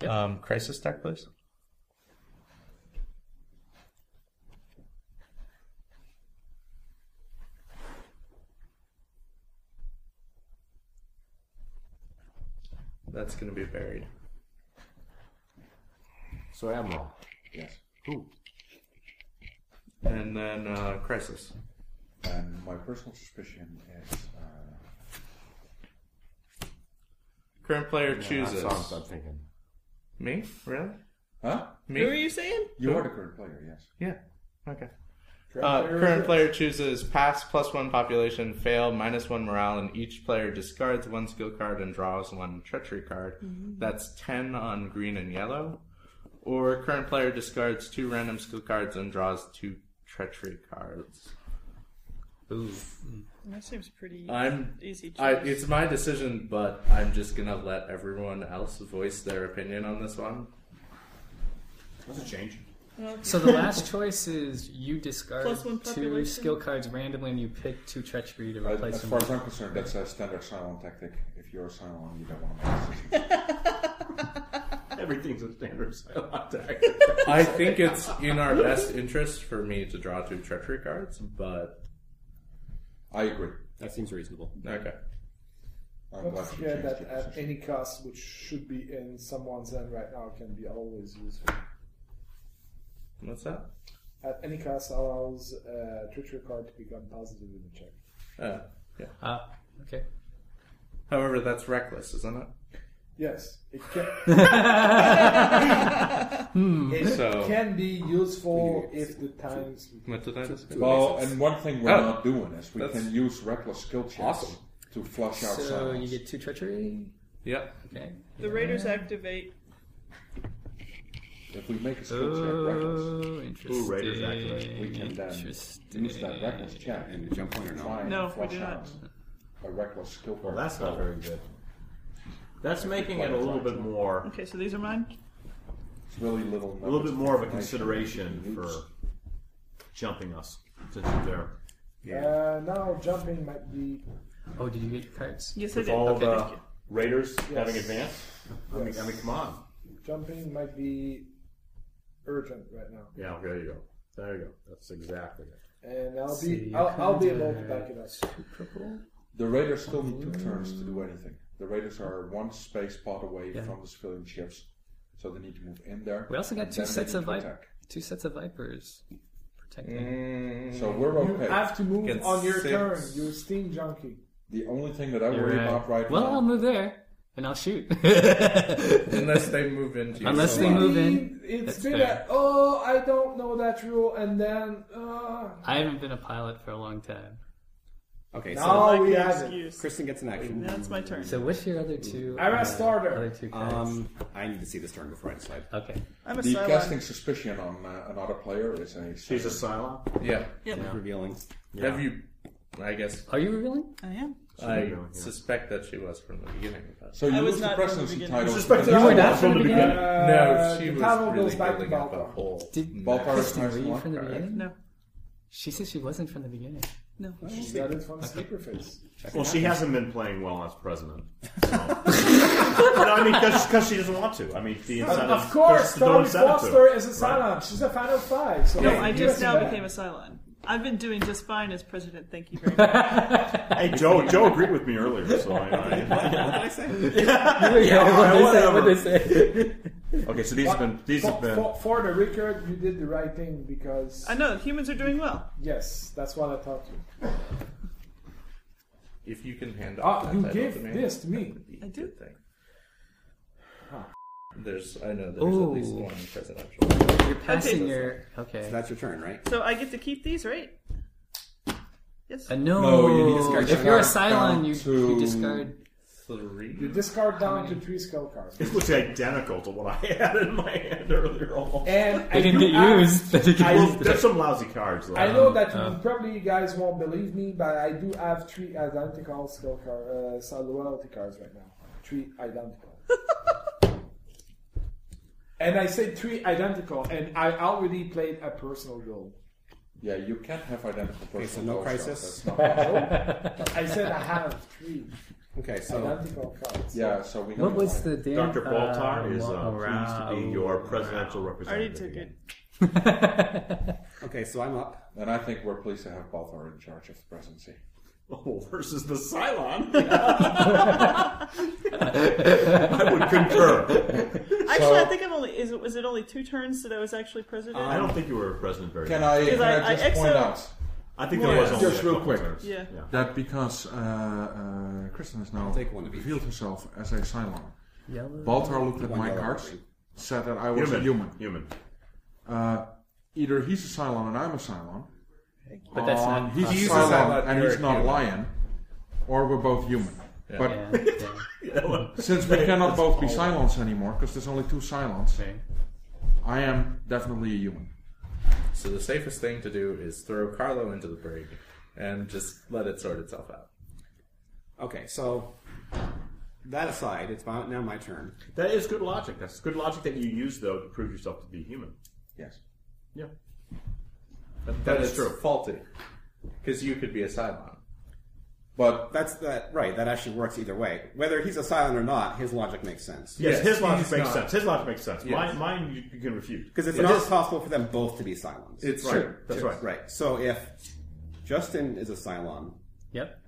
Speaker 5: Um, crisis deck, please. That's gonna be buried.
Speaker 6: So Admiral.
Speaker 3: Yes.
Speaker 6: Who?
Speaker 5: And then uh, crisis.
Speaker 3: And my personal suspicion is uh,
Speaker 5: Current player
Speaker 6: That's
Speaker 5: chooses
Speaker 6: what I'm thinking.
Speaker 5: me. Really?
Speaker 3: huh?
Speaker 4: Who are
Speaker 5: Me?
Speaker 4: you saying?
Speaker 3: You are the current player. Yes.
Speaker 5: Yeah. Okay.
Speaker 2: Current
Speaker 5: Uh,
Speaker 2: player
Speaker 5: current
Speaker 2: is-
Speaker 5: player chooses pass plus one population, fail minus one morale, and each player discards one skill card and draws one treachery card. That's 10 on green and yellow. Or current player discards two random skill cards and draws two treachery cards.
Speaker 7: ooh,
Speaker 4: That seems pretty
Speaker 5: I'm.
Speaker 4: easy. Choice.
Speaker 5: I, it's my decision, but I'm just gonna let everyone else voice their opinion on this one.
Speaker 6: That's a change.
Speaker 7: so the last choice is you discard
Speaker 4: Plus one
Speaker 7: two
Speaker 4: population.
Speaker 7: skill cards randomly, and you pick two treachery to
Speaker 3: Uh,
Speaker 7: replace
Speaker 3: as
Speaker 7: them.
Speaker 3: far as I'm concerned, that's a standard Cylon tactic. If you're a Cylon, you don't want to make decisions.
Speaker 6: Everything's a standard Cylon deck.
Speaker 5: I think it's in our best interest for me to draw two treachery cards, but
Speaker 3: I agree.
Speaker 8: That seems reasonable.
Speaker 5: okay.
Speaker 3: I'm
Speaker 2: Don't
Speaker 3: glad you
Speaker 2: forget
Speaker 3: changed
Speaker 2: that
Speaker 3: your
Speaker 2: at
Speaker 3: decision.
Speaker 2: any cost, which should be in someone's hand right now, can be always useful.
Speaker 5: What's that?
Speaker 2: At any cost allows uh, treachery card to become positive in the check.
Speaker 5: Uh, yeah.
Speaker 7: Ah, okay.
Speaker 5: However, that's reckless, isn't it?
Speaker 2: Yes, it can. it
Speaker 5: So-
Speaker 2: can be useful if the times.
Speaker 5: What did I just
Speaker 3: Well, and one thing we're
Speaker 5: Oh.
Speaker 3: not doing is we
Speaker 5: That's-
Speaker 3: can use reckless skill checks
Speaker 5: Awesome.
Speaker 3: to flush out
Speaker 7: So
Speaker 3: Cylons.
Speaker 7: you get two treachery.
Speaker 5: Yep.
Speaker 7: Okay.
Speaker 4: the raiders activate
Speaker 3: If we make a skill check reckless,
Speaker 7: Oh, interesting.
Speaker 6: Ooh, Raiders activate.
Speaker 3: we can then
Speaker 6: Uh,
Speaker 3: use that reckless check
Speaker 8: and the jump point or
Speaker 3: try
Speaker 8: not.
Speaker 3: and
Speaker 4: No, we
Speaker 3: flush
Speaker 4: do not.
Speaker 3: out a reckless skill card.
Speaker 6: Well, that's not very good. That's making it a little bit more,
Speaker 4: Okay, so these are mine.
Speaker 3: It's really little.
Speaker 6: a little bit more of a consideration for jumping us since you're there.
Speaker 2: Uh, now jumping might be
Speaker 7: Oh, did you get your cards?
Speaker 4: Yes, I
Speaker 6: With
Speaker 4: did.
Speaker 6: all
Speaker 4: Okay,
Speaker 6: the
Speaker 4: thank
Speaker 6: Raiders having
Speaker 2: Yes.
Speaker 6: advanced, I mean, I mean, come on.
Speaker 2: jumping might be urgent right now,
Speaker 6: Yeah, there you go. There you go. That's exactly it.
Speaker 2: and I'll
Speaker 7: See,
Speaker 2: be
Speaker 7: you
Speaker 2: I'll, I'll be able to
Speaker 7: kinda-
Speaker 2: back it up.
Speaker 3: The raiders still need two turns to do anything. The raiders are one space pod away from the civilian ships, so they need to move in there.
Speaker 7: We also got
Speaker 3: and
Speaker 7: two
Speaker 3: then they
Speaker 7: sets
Speaker 3: need
Speaker 7: of
Speaker 3: to
Speaker 7: vipers.
Speaker 3: attack.
Speaker 7: Two sets of vipers protecting.
Speaker 3: So we're
Speaker 2: You
Speaker 3: okay.
Speaker 2: have to move
Speaker 5: Gets
Speaker 2: on your
Speaker 5: six.
Speaker 2: turn. You're steam junkie.
Speaker 3: The only thing that I
Speaker 7: You're
Speaker 3: worry
Speaker 7: right.
Speaker 3: about right
Speaker 7: well,
Speaker 3: now.
Speaker 7: I'll move there and I'll shoot.
Speaker 5: Unless they move into
Speaker 7: Unless
Speaker 5: your
Speaker 7: they
Speaker 5: slot.
Speaker 7: move in.
Speaker 2: It's
Speaker 7: That's
Speaker 2: been
Speaker 7: fair.
Speaker 2: a, oh I don't know that rule, and then uh,
Speaker 7: I haven't been a pilot for a long time.
Speaker 8: Okay,
Speaker 4: you.
Speaker 2: No.
Speaker 8: so
Speaker 4: I
Speaker 2: Oh,
Speaker 4: like
Speaker 2: we
Speaker 4: the
Speaker 2: have it.
Speaker 4: excuse.
Speaker 8: Kristen gets an action.
Speaker 4: Now it's my turn.
Speaker 7: So what's your other two?
Speaker 2: Arrest
Speaker 7: uh,
Speaker 2: order.
Speaker 7: Other two cards.
Speaker 8: Um, I need to see this turn before I decide.
Speaker 7: okay.
Speaker 4: I'm a
Speaker 3: the
Speaker 4: Cylon.
Speaker 3: casting suspicion on uh, another player is a.
Speaker 6: She's a Cylon.
Speaker 5: Yeah.
Speaker 8: It's revealing.
Speaker 5: Have you? I guess
Speaker 7: Are you revealing?
Speaker 4: I am.
Speaker 5: I
Speaker 6: moving, yeah.
Speaker 5: suspect that she was from the beginning. But
Speaker 3: So you
Speaker 4: I was
Speaker 3: lose the
Speaker 4: not from the
Speaker 3: presidency
Speaker 4: beginning.
Speaker 3: title.
Speaker 6: Suspect
Speaker 3: and
Speaker 6: that
Speaker 7: were not
Speaker 6: from the beginning.
Speaker 5: Uh, no, she
Speaker 2: uh, the
Speaker 5: was
Speaker 2: title
Speaker 5: really
Speaker 2: goes back to
Speaker 5: building up a
Speaker 2: Baltar.
Speaker 5: whole.
Speaker 7: Did
Speaker 3: Baltar is
Speaker 7: Kristen,
Speaker 3: nice
Speaker 7: were you
Speaker 3: luck,
Speaker 7: from the
Speaker 3: right?
Speaker 7: beginning?
Speaker 4: No,
Speaker 7: She said she wasn't from the beginning.
Speaker 4: no.
Speaker 2: She got it from sleeper face.
Speaker 6: Well, she hasn't been playing well as president. so. no, I mean, because she doesn't want to. I mean, the incentive.
Speaker 2: Of course,
Speaker 6: there's no
Speaker 2: Tommy
Speaker 6: incentive to.
Speaker 2: Foster is a
Speaker 6: right?
Speaker 2: Cylon. She's a final five. So
Speaker 4: No, I just now became a Cylon. I've been doing just fine as president. Thank you very much.
Speaker 6: Hey, Joe. Joe agreed with me earlier, so I. I
Speaker 8: What did I say?
Speaker 7: yeah, what
Speaker 6: whatever.
Speaker 7: did I say? What did I say?
Speaker 6: um, okay, so these have been. These
Speaker 2: For,
Speaker 6: have been.
Speaker 2: for, for the record, you did the right thing because
Speaker 4: I know humans are doing well.
Speaker 2: yes, that's what I taught you.
Speaker 5: If you can hand off
Speaker 2: Ah,
Speaker 5: that
Speaker 2: you
Speaker 5: title
Speaker 2: gave
Speaker 5: to me,
Speaker 2: this to me.
Speaker 5: that'd be
Speaker 4: I
Speaker 5: a
Speaker 4: do.
Speaker 5: good Thing. There's, I know there's
Speaker 7: Ooh.
Speaker 5: at
Speaker 2: Oh.
Speaker 5: least one presidential.
Speaker 7: You're passing
Speaker 4: that's
Speaker 7: your. Okay.
Speaker 8: That's your turn, right?
Speaker 4: So I get to keep these, right? Yes.
Speaker 7: Uh, no,
Speaker 3: No, you need to discard
Speaker 7: if you're a
Speaker 3: down
Speaker 7: Cylon, you, you
Speaker 3: to-
Speaker 7: discard.
Speaker 2: You
Speaker 5: Three.
Speaker 2: discard down to three skill cards,
Speaker 6: This looks identical to what I had in my hand earlier. Almost.
Speaker 2: and
Speaker 7: They
Speaker 2: I
Speaker 7: didn't
Speaker 2: do
Speaker 7: get
Speaker 2: ask-
Speaker 7: used. They didn't get
Speaker 2: I-
Speaker 7: used.
Speaker 6: There's some lousy cards. Though.
Speaker 2: I know that you probably you guys won't believe me, but I do have three identical skill card, uh, so loyalty cards right now. Three identical. and I say three identical, and I already played a personal goal.
Speaker 3: Yeah, you can't have identical personal
Speaker 8: Okay, so no
Speaker 3: goals, though.
Speaker 8: crisis.
Speaker 3: That's not-
Speaker 2: I said I have three
Speaker 8: Okay,
Speaker 6: Oh.
Speaker 8: so
Speaker 2: identical cards.
Speaker 3: yeah, so we know
Speaker 7: What was
Speaker 3: why.
Speaker 7: the damn?
Speaker 6: Dr. Baltar
Speaker 7: uh,
Speaker 6: is uh,
Speaker 7: morale-
Speaker 6: pleased to be your presidential
Speaker 4: I already
Speaker 6: representative.
Speaker 4: took it.
Speaker 6: again.
Speaker 8: okay, so I'm up.
Speaker 3: And I think we're pleased to have Balthar in charge of the presidency.
Speaker 6: Oh, versus the Cylon. I would concur.
Speaker 4: Actually, I think I'm only. Is it was it only two turns that I was actually president?
Speaker 6: I don't think you were a president very
Speaker 3: Can
Speaker 6: long.
Speaker 3: I, can I,
Speaker 4: I- I
Speaker 3: just point
Speaker 4: exo-
Speaker 3: out?
Speaker 6: I think there was only
Speaker 3: Just
Speaker 6: a
Speaker 3: real
Speaker 6: couple
Speaker 3: quick.
Speaker 6: turns.
Speaker 4: Yeah.
Speaker 3: That because uh, uh, Kristen has now
Speaker 8: take one of each.
Speaker 3: revealed herself as a Cylon.
Speaker 7: Yellow.
Speaker 3: Baltar looked at my
Speaker 8: yellow
Speaker 3: cards,
Speaker 8: green.
Speaker 3: said that I was
Speaker 6: Human.
Speaker 3: a human.
Speaker 6: Human.
Speaker 3: Uh, either he's a Cylon and I'm a Cylon,
Speaker 7: But that's
Speaker 3: or
Speaker 7: not.
Speaker 3: Um, he's
Speaker 7: possible.
Speaker 3: a
Speaker 5: He's a
Speaker 3: Cylon,
Speaker 5: Cylon,
Speaker 3: and
Speaker 5: you're
Speaker 3: he's
Speaker 5: a
Speaker 3: not a
Speaker 5: human.
Speaker 3: lion, or we're both human. But
Speaker 7: Yeah, yeah.
Speaker 3: since we cannot both be Cylons anymore, because there's only two Cylons,
Speaker 7: Okay.
Speaker 3: I am definitely a human.
Speaker 5: So the safest thing to do is throw Carlo into the brig and just let it sort itself out.
Speaker 8: Okay, so that aside, it's my, now my turn.
Speaker 6: That is good logic. That's good logic that you use, though, to prove yourself to be human.
Speaker 3: Yes.
Speaker 6: Yeah.
Speaker 5: But
Speaker 6: that is
Speaker 5: it's
Speaker 6: true.
Speaker 5: faulty because you could be a Cylon.
Speaker 3: But
Speaker 8: That's that right. That actually works either way. Whether he's a silent or not, his logic makes sense.
Speaker 6: Yes,
Speaker 5: Yes,
Speaker 6: his logic
Speaker 5: he's
Speaker 6: makes
Speaker 5: not.
Speaker 6: sense. His logic makes sense.
Speaker 5: Yes.
Speaker 6: Mine, mine you, you can refute.
Speaker 8: Because it's
Speaker 5: It
Speaker 8: not
Speaker 5: is-
Speaker 8: possible for them both to be Cylons.
Speaker 5: It's
Speaker 6: Right.
Speaker 5: true.
Speaker 6: That's right.
Speaker 8: right. So if Justin is a Cylon,
Speaker 7: Yep.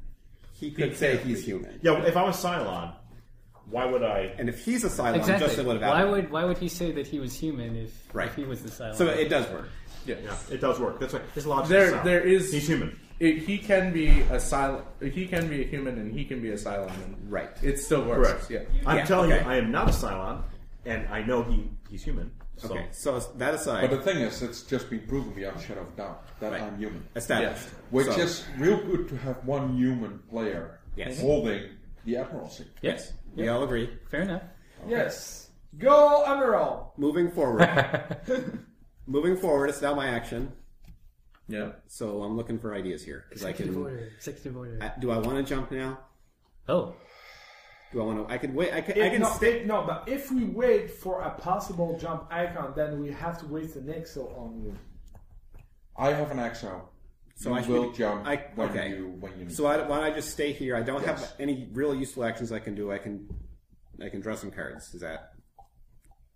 Speaker 8: he could say he's human.
Speaker 6: Yeah, if I was Cylon, why would I?
Speaker 8: And if he's a Cylon,
Speaker 7: Exactly.
Speaker 8: Justin would have
Speaker 7: Why
Speaker 8: added.
Speaker 7: would Why would he say that he was human if,
Speaker 8: Right.
Speaker 7: if he was the Cylon?
Speaker 8: So it does work.
Speaker 5: Yeah.
Speaker 6: Yeah, it does work. That's right. His logic
Speaker 5: There-
Speaker 6: is sound.
Speaker 5: there is-
Speaker 6: He's human.
Speaker 5: It, he can be a Cylon. He can be a human, and he can be a Cylon. And
Speaker 8: Right.
Speaker 5: It still works.
Speaker 6: Correct.
Speaker 5: Yeah.
Speaker 6: I'm
Speaker 8: Yeah,
Speaker 6: telling
Speaker 8: okay.
Speaker 6: you, I am not a Cylon, and I know he, he's human. So.
Speaker 8: Okay. So that aside,
Speaker 3: But the thing is, it's just been proven beyond shadow of doubt that
Speaker 8: Right.
Speaker 3: I'm human.
Speaker 8: established.
Speaker 3: Which
Speaker 8: So-
Speaker 3: is real good to have one human player
Speaker 8: Yes.
Speaker 3: holding the admiralty.
Speaker 7: yes.
Speaker 8: we all agree.
Speaker 7: Fair enough.
Speaker 2: Yes. Go Emerald!
Speaker 8: Moving forward. Moving forward, it's now my action.
Speaker 5: Yeah.
Speaker 8: So I'm looking for ideas here because I
Speaker 7: Executive
Speaker 8: can.
Speaker 7: order. Executive order.
Speaker 8: I, do I want to jump now?
Speaker 7: Oh,
Speaker 8: Do I want to? I could wait. I can. I
Speaker 2: If
Speaker 8: can
Speaker 2: no,
Speaker 8: stay.
Speaker 2: no, but if we wait for a possible jump icon, then we have to wait the next on you.
Speaker 3: I have an exile.
Speaker 8: So
Speaker 3: you
Speaker 8: I should
Speaker 3: will
Speaker 8: be-
Speaker 3: jump
Speaker 8: I-
Speaker 3: when
Speaker 8: okay.
Speaker 3: you when you.
Speaker 8: So I, why don't I just stay here? I don't have
Speaker 3: Yes.
Speaker 8: any real useful actions I can do. I can. I can draw some cards. Is that?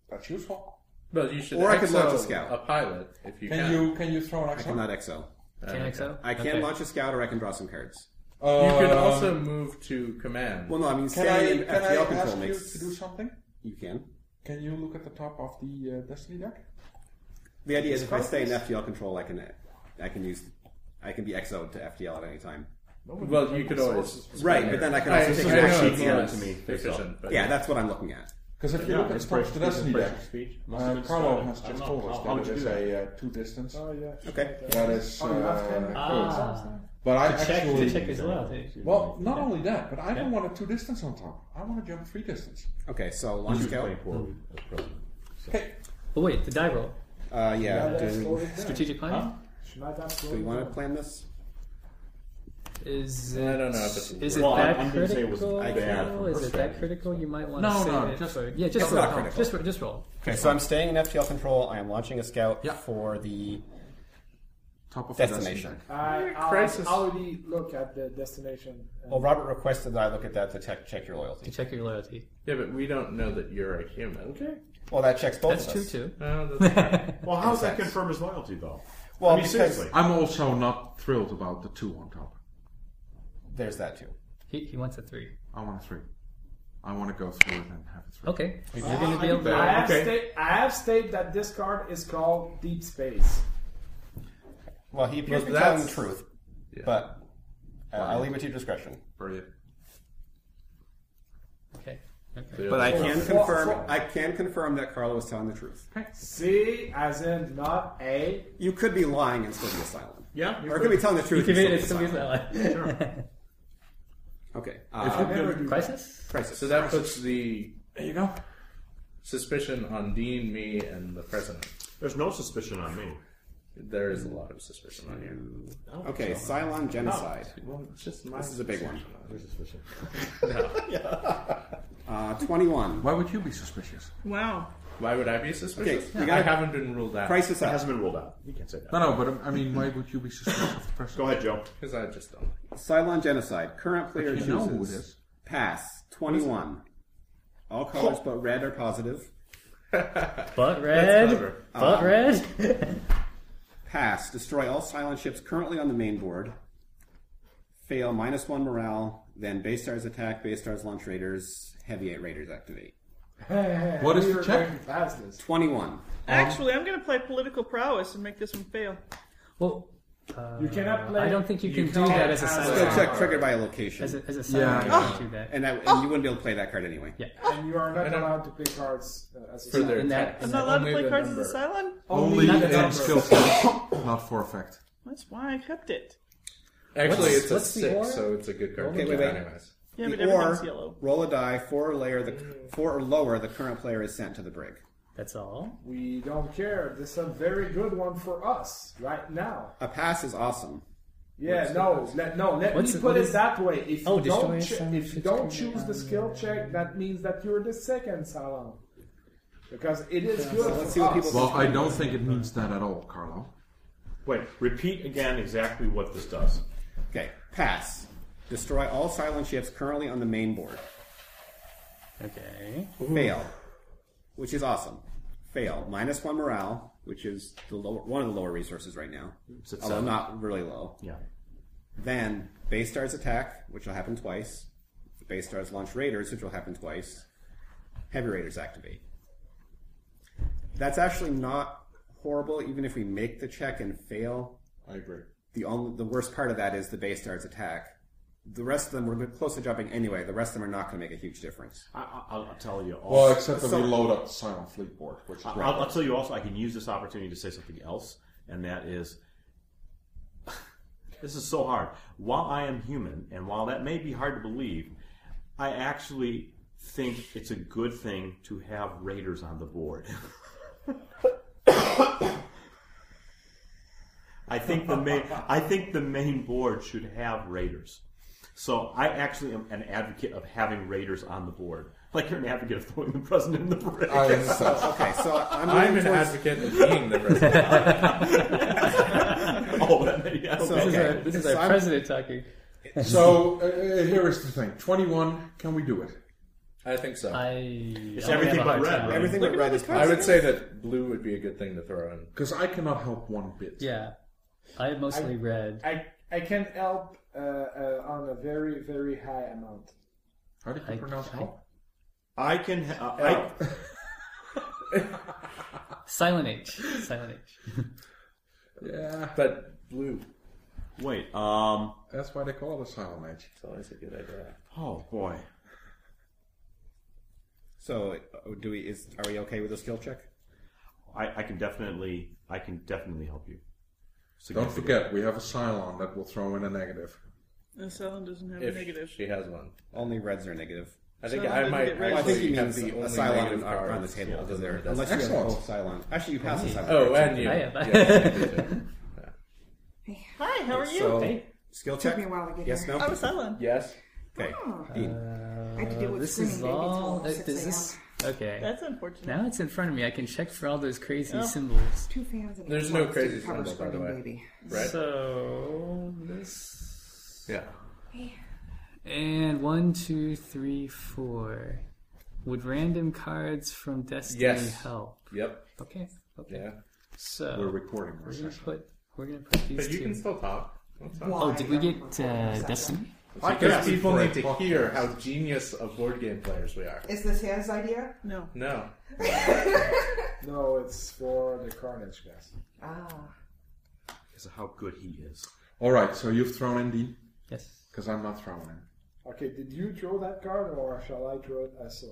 Speaker 3: that's useful.
Speaker 5: Well, you should.
Speaker 8: Or I could launch a
Speaker 5: exo
Speaker 8: scout.
Speaker 5: A pilot, if you can.
Speaker 3: Can you can you throw an
Speaker 8: I
Speaker 3: exile?
Speaker 8: cannot exo.
Speaker 7: can I so?
Speaker 8: I can
Speaker 7: Okay.
Speaker 8: launch a scout or I can draw some cards.
Speaker 3: Uh,
Speaker 5: You could also move to command.
Speaker 8: Well, no, I mean
Speaker 3: Can I,
Speaker 8: staying in
Speaker 3: can I
Speaker 8: FTL
Speaker 3: ask
Speaker 8: control
Speaker 3: you
Speaker 8: makes.
Speaker 3: to do something?
Speaker 8: You can.
Speaker 3: Can you look at the top of the uh, Destiny deck?
Speaker 8: The idea is if I stay in FTL control, I can. I can use. I can be exoed to FTL at any time.
Speaker 5: Well, you could always.
Speaker 8: Right, but then I can
Speaker 5: I,
Speaker 8: also take
Speaker 5: I
Speaker 8: an
Speaker 5: know
Speaker 8: action
Speaker 5: it's
Speaker 8: here
Speaker 5: less
Speaker 6: to me.
Speaker 5: efficient, but
Speaker 8: Yeah, that's what I'm looking at.
Speaker 3: Because if you look at the top of the Destiny deck, uh, Carlo has just told us that it is a uh, two distance.
Speaker 2: Oh yeah. Oh,
Speaker 8: Okay.
Speaker 3: That is.
Speaker 2: On the left hand?
Speaker 3: uh,
Speaker 7: Ah,
Speaker 3: But I
Speaker 7: to check
Speaker 3: actually.
Speaker 7: to check as well.
Speaker 3: Well, not only that, but I don't want a two distance on top. I want to jump three distance.
Speaker 8: Okay, so launch scout.
Speaker 3: Okay.
Speaker 7: Oh wait, the die roll.
Speaker 8: Uh, yeah.
Speaker 2: that's
Speaker 8: Do,
Speaker 2: slowly down.
Speaker 7: Strategic planning
Speaker 2: Should not that
Speaker 8: do
Speaker 2: slowly
Speaker 8: we want to
Speaker 2: down?
Speaker 8: plan this?
Speaker 7: is.
Speaker 5: I
Speaker 7: It,
Speaker 5: don't know if it's.
Speaker 7: is it
Speaker 6: Well,
Speaker 7: that
Speaker 6: I'm- I'm gonna say it was
Speaker 7: critical?
Speaker 8: bad
Speaker 7: though?
Speaker 6: from
Speaker 7: Is it that
Speaker 6: perspective,
Speaker 7: critical? You might want to
Speaker 3: No,
Speaker 7: save
Speaker 3: no,
Speaker 7: it
Speaker 3: just-
Speaker 7: for yeah, just
Speaker 8: It's
Speaker 7: roll.
Speaker 8: not critical.
Speaker 7: Just ro- just roll.
Speaker 8: Okay, so I'm staying in FTL control. I am launching a scout
Speaker 3: Yeah.
Speaker 8: for the
Speaker 3: Top of
Speaker 8: destination.
Speaker 2: I I'll
Speaker 5: crisis.
Speaker 2: already look at the destination. and-
Speaker 8: Well, Robert requested that I look at that to check, check your
Speaker 7: To
Speaker 8: loyalty.
Speaker 7: check your loyalty.
Speaker 5: Yeah, but we don't know that you're a human. Okay.
Speaker 8: Well, that checks both
Speaker 7: That's
Speaker 8: of
Speaker 7: true
Speaker 8: us.
Speaker 7: too.
Speaker 5: No, that's
Speaker 6: Well, how does that
Speaker 8: Exactly.
Speaker 6: confirm his loyalty, though?
Speaker 8: Well,
Speaker 6: I mean,
Speaker 8: because
Speaker 6: seriously.
Speaker 3: I'm also not thrilled about the two on top.
Speaker 8: there's that too.
Speaker 7: He, he wants a three.
Speaker 3: I want a three. I want to go through it and have it three.
Speaker 7: Okay, you're going to be able
Speaker 2: I
Speaker 7: to.
Speaker 2: have,
Speaker 6: Okay.
Speaker 2: state, I have stated that this card is called Deep Space.
Speaker 8: Well, he appears
Speaker 5: Well,
Speaker 8: to be telling the
Speaker 5: that's-
Speaker 8: truth, but uh, I'll leave it to your discretion.
Speaker 3: Brilliant.
Speaker 7: Okay. okay.
Speaker 5: But
Speaker 8: But I
Speaker 2: can
Speaker 8: can
Speaker 2: confirm-
Speaker 8: confirm. I can confirm that Carlo was telling the truth.
Speaker 2: C as in not A.
Speaker 8: You could be lying and still be a silent.
Speaker 6: Yeah,
Speaker 8: Or it could be telling the truth.
Speaker 7: Give it
Speaker 8: and
Speaker 7: it's
Speaker 8: still
Speaker 7: still
Speaker 8: be
Speaker 7: his ally.
Speaker 8: silent. Okay. Uh,
Speaker 2: Never do that.
Speaker 7: Crisis.
Speaker 8: crisis.
Speaker 5: so that puts the
Speaker 3: There you go.
Speaker 5: suspicion on Dean, me, and the president.
Speaker 6: There's no suspicion on me.
Speaker 5: There is a lot of suspicion on you.
Speaker 8: Okay, Cylon genocide.
Speaker 5: Well, it's just my
Speaker 8: This is a big one.
Speaker 5: suspicion.
Speaker 8: Uh, Twenty-one.
Speaker 3: Why would you be suspicious?
Speaker 4: Wow.
Speaker 5: Why would I be suspicious?
Speaker 8: Okay, you gotta-
Speaker 5: I haven't been ruled out.
Speaker 8: Crisis
Speaker 6: It
Speaker 8: up.
Speaker 6: hasn't been ruled out. You can't say that.
Speaker 3: No, no, but um, I mean, why would you be suspicious of the
Speaker 6: Go
Speaker 3: president?
Speaker 6: ahead, Joe.
Speaker 5: Because I just don't. like
Speaker 8: Cylon genocide. Current player
Speaker 3: You
Speaker 8: chooses.
Speaker 3: know who it is.
Speaker 8: Pass. Twenty-one. All colors but red are positive.
Speaker 7: Butt
Speaker 5: it.
Speaker 7: red.
Speaker 5: Clever.
Speaker 7: Butt red.
Speaker 8: Pass. Destroy all Cylon ships currently on the main board. Fail. Minus one morale. Then Baystar's attack. Baystar's launch raiders. Heavy eight raiders activate.
Speaker 3: What is
Speaker 2: We
Speaker 3: the
Speaker 2: were
Speaker 3: check?
Speaker 2: going past this.
Speaker 8: Twenty-one.
Speaker 4: Actually, I'm going to play political prowess and make this one fail.
Speaker 7: Well,
Speaker 2: You cannot play.
Speaker 7: I don't think you can do
Speaker 2: can't
Speaker 7: that as a
Speaker 2: have
Speaker 7: silent.
Speaker 8: Skill
Speaker 2: that.
Speaker 8: check triggered by a location.
Speaker 7: As a, as a
Speaker 3: Yeah.
Speaker 7: silent, you can't do that.
Speaker 8: and, that, and you wouldn't be able to play that card anyway.
Speaker 7: Yeah.
Speaker 2: And you are not allowed to play cards uh, as a
Speaker 5: For their
Speaker 7: And that-
Speaker 5: text.
Speaker 7: and
Speaker 4: I'm not allowed to
Speaker 5: Only
Speaker 4: play
Speaker 5: the
Speaker 4: cards as a
Speaker 5: number.
Speaker 4: silent.
Speaker 3: Only
Speaker 7: Not
Speaker 2: the
Speaker 3: in
Speaker 2: numbers.
Speaker 3: skill set, not for effect.
Speaker 4: That's why I kept it.
Speaker 5: Actually,
Speaker 7: What's-
Speaker 5: it's a
Speaker 7: what's the
Speaker 5: six,
Speaker 7: aura?
Speaker 5: so it's a good card.
Speaker 8: Okay,
Speaker 5: to
Speaker 8: wait,
Speaker 5: keep
Speaker 8: wait.
Speaker 5: Anyways.
Speaker 4: Yeah, but
Speaker 8: The or
Speaker 4: everything's yellow.
Speaker 8: roll a die, four or layer, the four or lower, the current player is sent to the brig.
Speaker 7: That's all.
Speaker 2: We don't care. This is a very good one for us right now.
Speaker 8: A pass is awesome.
Speaker 2: Yeah, no, let, no. Let
Speaker 7: What's
Speaker 2: me
Speaker 7: it-
Speaker 2: put
Speaker 7: what
Speaker 2: it
Speaker 7: is-
Speaker 2: that way. If
Speaker 7: Oh,
Speaker 2: you don't,
Speaker 7: destroy
Speaker 2: che-
Speaker 7: some um,
Speaker 2: if you
Speaker 7: ships
Speaker 2: don't
Speaker 7: coming
Speaker 2: choose the
Speaker 7: down.
Speaker 2: skill check, that means that you're the second Salon. Because it is good.
Speaker 8: so let's
Speaker 2: for
Speaker 8: see what
Speaker 2: us.
Speaker 8: people-
Speaker 3: Well, I don't think it means that at all, Carlo.
Speaker 6: Wait, repeat again exactly what this does.
Speaker 8: Okay, pass. Destroy all silent ships currently on the main board.
Speaker 7: Okay.
Speaker 6: Mm-hmm.
Speaker 8: Fail, which is awesome. Fail minus one morale, which is the lower, one of the lower resources right now,
Speaker 6: It's at
Speaker 8: although
Speaker 6: seven.
Speaker 8: not really low.
Speaker 6: Yeah.
Speaker 8: Then Baystar's attack, which will happen twice. Baystar's launch raiders, which will happen twice. Heavy raiders activate. That's actually not horrible, even if we make the check and fail.
Speaker 3: I agree.
Speaker 8: The only the worst part of that is the Baystar's attack. The rest of them we're close to jumping anyway. The rest of them are not going to make a huge difference.
Speaker 6: I, I, I'll I'll tell you all.
Speaker 3: Well, except that
Speaker 8: So-
Speaker 3: we load up the silent fleet board, which is
Speaker 6: I-
Speaker 3: right.
Speaker 6: I'll, I'll tell you also, I can use this opportunity to say something else, and that is this is so hard. While I am human, and while that may be hard to believe, I actually think it's a good thing to have raiders on the board. I think the main I think the main board should have raiders. So I actually am an advocate of having raiders on the board. Like you're an advocate of throwing the president in the parade.
Speaker 8: Oh, this sucks. Okay, so I'm,
Speaker 5: I'm
Speaker 8: leaning
Speaker 5: an
Speaker 8: towards-
Speaker 5: advocate of being the president.
Speaker 6: oh, that, yeah,
Speaker 8: So-
Speaker 6: okay.
Speaker 7: This is our, this is
Speaker 8: Okay. So
Speaker 7: our
Speaker 8: I'm-
Speaker 7: president talking.
Speaker 3: So uh, uh, here is the thing: twenty-one. Can we do it?
Speaker 5: I think so. I,
Speaker 7: I it's
Speaker 6: everything but red, right?
Speaker 8: Everything
Speaker 4: Look
Speaker 8: but
Speaker 4: at
Speaker 8: red
Speaker 4: all
Speaker 8: is
Speaker 4: the
Speaker 5: would say that blue would be a good thing to throw in.
Speaker 3: Because I cannot help one bit.
Speaker 7: Yeah, I mostly read.
Speaker 2: I I can help uh, uh, on a very very high amount.
Speaker 3: How do you
Speaker 7: I-
Speaker 3: pronounce help?
Speaker 6: I can. ha- I,
Speaker 7: Silent H. Silent H.
Speaker 3: Yeah,
Speaker 5: But blue,
Speaker 6: wait. Um.
Speaker 3: that's why they call it a silent age.
Speaker 5: it's always a good idea.
Speaker 6: Oh boy.
Speaker 8: So uh, do we? Is are we okay with a skill check?
Speaker 6: I, I can definitely. I can definitely help you.
Speaker 3: Don't forget, we have a Cylon that will throw in a negative.
Speaker 4: This island doesn't have
Speaker 5: If
Speaker 4: a negative.
Speaker 5: she has one.
Speaker 8: Only reds are negative.
Speaker 5: I think
Speaker 4: So
Speaker 5: I
Speaker 4: we
Speaker 5: might
Speaker 4: get rid of
Speaker 5: actually
Speaker 8: Well, I think you mean
Speaker 5: have
Speaker 8: the
Speaker 5: the
Speaker 8: a
Speaker 5: only
Speaker 8: Cylon
Speaker 5: negative
Speaker 8: are on the
Speaker 5: cards.
Speaker 8: table
Speaker 5: Yeah,
Speaker 8: because they're
Speaker 5: that's-
Speaker 8: unless you have
Speaker 3: Excellent.
Speaker 8: both Cylon. Actually, you pass the Cylon.
Speaker 5: Oh,
Speaker 8: right?
Speaker 5: and you.
Speaker 7: I am.
Speaker 5: Yeah, you do.
Speaker 4: Hi, how are you?
Speaker 8: So skill check.
Speaker 9: Took me a while to get
Speaker 8: yes,
Speaker 9: here.
Speaker 8: no.
Speaker 4: I'm Silent.
Speaker 5: yes.
Speaker 8: Okay.
Speaker 9: I had to deal with
Speaker 7: This is
Speaker 9: screaming babies
Speaker 7: all.
Speaker 9: till
Speaker 7: uh,
Speaker 9: 6
Speaker 7: Does this?
Speaker 9: a.m.
Speaker 7: Okay.
Speaker 4: That's unfortunate.
Speaker 7: Now it's in front of me. I can check for all those crazy
Speaker 4: Oh.
Speaker 7: symbols.
Speaker 9: Two fans and
Speaker 5: There's
Speaker 9: eight
Speaker 5: no
Speaker 9: plugs to
Speaker 5: crazy
Speaker 9: cover
Speaker 5: symbol, by the
Speaker 9: screaming
Speaker 5: way.
Speaker 9: baby.
Speaker 5: Right.
Speaker 7: So this.
Speaker 5: Yeah.
Speaker 7: And one, two, three, four. Would random cards from Destiny
Speaker 5: Yes.
Speaker 7: help?
Speaker 5: Yep.
Speaker 7: Okay. Okay.
Speaker 5: Yeah.
Speaker 7: So
Speaker 3: We're recording our
Speaker 7: we're gonna
Speaker 3: session.
Speaker 7: put we're gonna put these
Speaker 5: But you
Speaker 7: two.
Speaker 5: can still talk.
Speaker 7: oh, did we get uh, Destiny?
Speaker 5: Because people
Speaker 3: for a
Speaker 5: need to
Speaker 3: podcast.
Speaker 5: hear how genius of board game players we are.
Speaker 9: Is this his idea?
Speaker 4: No.
Speaker 5: No.
Speaker 2: No, it's for the carnage guys.
Speaker 9: Ah.
Speaker 6: Because of how good he is.
Speaker 3: All right, so you've thrown in Dean,
Speaker 7: Yes.
Speaker 3: because I'm not throwing in.
Speaker 2: Okay, did you throw that card or shall I throw it as so?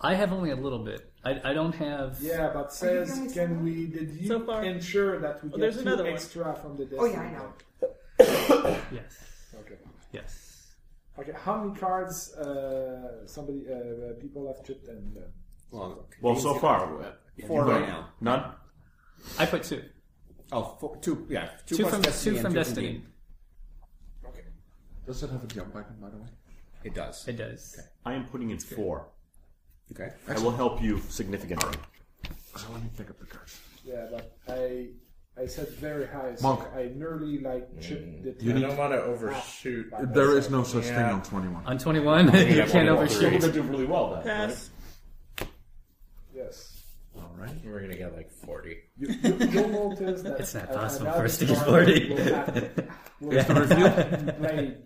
Speaker 7: I have only a little bit. I, I don't have.
Speaker 2: Yeah, but says
Speaker 9: guys-
Speaker 2: can we? Did you
Speaker 4: So far- Oh,
Speaker 2: ensure that we get
Speaker 4: there's
Speaker 2: two
Speaker 4: another one.
Speaker 2: extra from the deck?
Speaker 9: Oh, yeah, I know.
Speaker 7: Yes.
Speaker 2: Okay.
Speaker 7: Yes.
Speaker 2: Okay. How many cards? Uh, somebody, uh, people have chipped and. Uh,
Speaker 8: Well,
Speaker 6: Well, so far, uh,
Speaker 8: four
Speaker 6: none.
Speaker 8: right now.
Speaker 6: None.
Speaker 7: I put two.
Speaker 8: Oh, four, two. Yeah, two,
Speaker 7: Two,
Speaker 8: plus
Speaker 7: from
Speaker 8: Destiny
Speaker 7: two
Speaker 8: and
Speaker 7: from
Speaker 8: two
Speaker 7: Destiny.
Speaker 8: Dean.
Speaker 3: Does it have a jump button, by the way?
Speaker 8: It does.
Speaker 7: It does.
Speaker 6: I am putting in four.
Speaker 8: Okay.
Speaker 6: I will help you significantly.
Speaker 3: So let me pick up the cards.
Speaker 2: yeah, but I, I said very high. So
Speaker 3: Monk. Mm.
Speaker 2: I nearly like chipped the.
Speaker 5: You
Speaker 2: ten.
Speaker 5: don't want to overshoot.
Speaker 3: There is no such
Speaker 5: Yeah.
Speaker 3: thing on 21.
Speaker 7: On twenty one, you can't overshoot.
Speaker 6: You're going to do really well then. right?
Speaker 4: Pass.
Speaker 2: Yes.
Speaker 3: All right.
Speaker 5: We're gonna get like forty.
Speaker 2: You, you, you'll notice that
Speaker 7: It's not
Speaker 2: an-
Speaker 7: possible
Speaker 2: another
Speaker 7: for us to get
Speaker 2: card
Speaker 7: 40.
Speaker 2: will have- will
Speaker 7: Yeah.
Speaker 2: have played.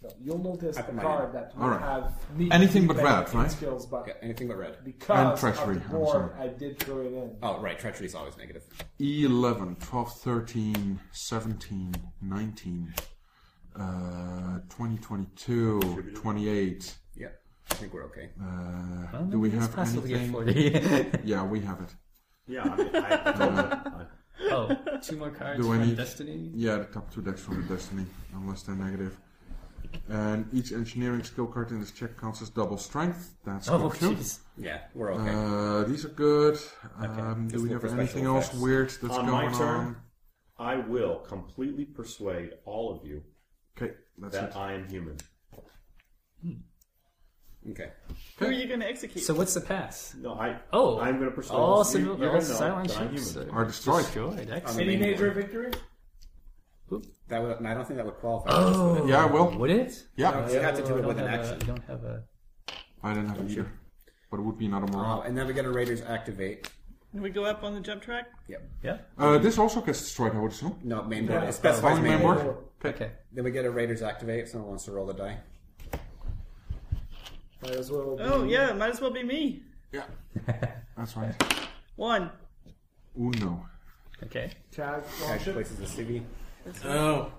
Speaker 2: No, you'll notice
Speaker 8: I put
Speaker 2: a
Speaker 8: mine
Speaker 2: card that will
Speaker 3: All right.
Speaker 2: have needs
Speaker 3: Anything
Speaker 2: to
Speaker 3: but
Speaker 2: be
Speaker 3: red,
Speaker 2: played in
Speaker 3: right?
Speaker 2: Skills, but
Speaker 8: Okay, anything but red.
Speaker 2: because of
Speaker 3: treachery,
Speaker 2: the
Speaker 3: I'm
Speaker 2: board,
Speaker 3: sorry.
Speaker 2: I did throw it in.
Speaker 8: Oh, right. Treachery is always negative.
Speaker 3: 11, 12, 13, 17, 19, uh, 20, 22, 28.
Speaker 8: Yeah. I think we're okay.
Speaker 3: Uh,
Speaker 7: Well,
Speaker 3: do we
Speaker 7: maybe it's
Speaker 3: have
Speaker 7: possible to get
Speaker 3: anything?
Speaker 7: 40.
Speaker 3: Yeah, we have it.
Speaker 6: Yeah, I, mean, I, I told you. I,
Speaker 7: oh, two more cards
Speaker 3: Do I
Speaker 7: from
Speaker 3: need-
Speaker 7: Destiny.
Speaker 3: Yeah, the top two decks from the Destiny, unless they're negative. And each engineering skill card in this check counts as double strength. That's
Speaker 7: Oh,
Speaker 3: good too.
Speaker 7: jeez.
Speaker 8: Yeah, we're okay.
Speaker 3: Uh, these are good. Um,
Speaker 8: Just
Speaker 3: do we
Speaker 8: look
Speaker 3: have
Speaker 8: for special
Speaker 3: anything else
Speaker 8: effects.
Speaker 3: weird that's
Speaker 6: On my
Speaker 3: going on?
Speaker 6: turn. I will completely persuade all of you
Speaker 3: Okay, that's
Speaker 6: that
Speaker 3: it.
Speaker 6: I am human.
Speaker 8: okay.
Speaker 4: Who are you going to execute?
Speaker 7: So what's the pass?
Speaker 6: No, I.
Speaker 7: Oh,
Speaker 6: I'm going to persuade
Speaker 7: all
Speaker 6: you.
Speaker 7: civil,
Speaker 6: You're gonna
Speaker 7: all
Speaker 6: know
Speaker 7: silent
Speaker 6: that I'm
Speaker 7: ships
Speaker 6: human.
Speaker 3: Are destroyed.
Speaker 7: destroyed.
Speaker 8: On
Speaker 7: Excellent.
Speaker 8: the main board.
Speaker 2: victory?
Speaker 8: That would, I don't think that would qualify.
Speaker 7: Oh,
Speaker 3: Yeah, I will.
Speaker 7: Would it?
Speaker 3: Yeah,
Speaker 8: No, 'cause you have to do
Speaker 7: I
Speaker 8: it
Speaker 7: don't
Speaker 8: with an
Speaker 7: have a-
Speaker 8: action.
Speaker 7: I don't have a.
Speaker 3: I didn't have it either. But it would be another
Speaker 8: Oh,
Speaker 3: morale.
Speaker 8: and then we get a Raiders activate.
Speaker 4: Can we go up on the jump track?
Speaker 8: Yep.
Speaker 7: Yeah.
Speaker 3: Uh, this also gets destroyed, I would assume.
Speaker 8: No, main board.
Speaker 2: Yeah.
Speaker 8: It specifies
Speaker 3: Only
Speaker 8: main
Speaker 3: main
Speaker 8: board.
Speaker 3: board?
Speaker 7: Okay.
Speaker 8: Then we get a Raiders activate if someone wants to roll the die.
Speaker 2: Might as well. Be
Speaker 4: Oh, yeah, might as well be me.
Speaker 3: Yeah. That's right.
Speaker 4: One.
Speaker 3: Uno.
Speaker 7: Okay.
Speaker 2: Tag
Speaker 8: Cash
Speaker 2: launcher.
Speaker 8: places a CV.
Speaker 5: Oh,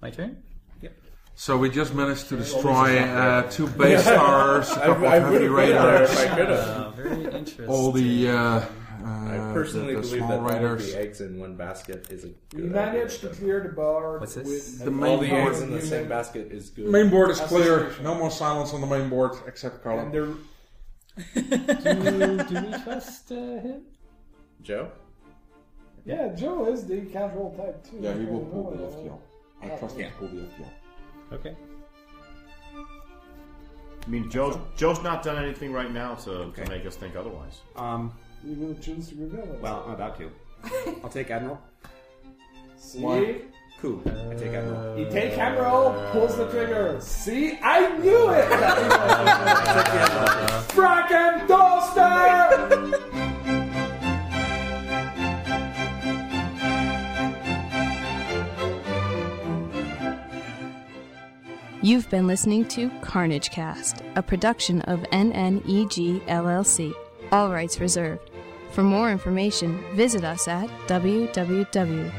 Speaker 7: My turn.
Speaker 3: So we just managed to destroy uh, two base stars, a couple of heavy
Speaker 5: would've put it there
Speaker 3: raiders,
Speaker 5: if I could have.
Speaker 7: Uh, very interesting.
Speaker 3: all the uh,
Speaker 5: I personally believe that all of the eggs in one basket is a good
Speaker 2: You
Speaker 5: idea,
Speaker 2: managed to
Speaker 5: but
Speaker 2: clear the board
Speaker 7: What's this?
Speaker 2: with
Speaker 3: The
Speaker 5: all
Speaker 3: main
Speaker 5: the
Speaker 3: board.
Speaker 5: eggs in the same basket is good.
Speaker 3: Main board is
Speaker 2: That's
Speaker 3: clear.
Speaker 2: the-
Speaker 3: No more silence on the main board except Carla.
Speaker 2: and the
Speaker 7: do, do we trust uh, him?
Speaker 5: Joe,
Speaker 2: yeah, Joe is the casual type too. Oh,
Speaker 3: Yeah, he
Speaker 2: I
Speaker 3: will pull the
Speaker 2: don't know.
Speaker 3: FTL. I trust him to pull the FTL.
Speaker 7: Okay.
Speaker 6: I mean, Joe's, Joe's not done anything right now to,
Speaker 8: Okay.
Speaker 6: to make us think otherwise.
Speaker 8: Um,
Speaker 2: You will choose to reveal it.
Speaker 8: well, I'm about to. I'll take Admiral.
Speaker 2: see,
Speaker 3: why?
Speaker 8: Cool. I take Admiral.
Speaker 2: he take Admiral, pulls the trigger. See, I knew it. Frack and toaster.
Speaker 1: You've been listening to Carnage Cast, a production of E NNEG LLC. All rights reserved. For more information, visit us at www.carnagecon.com.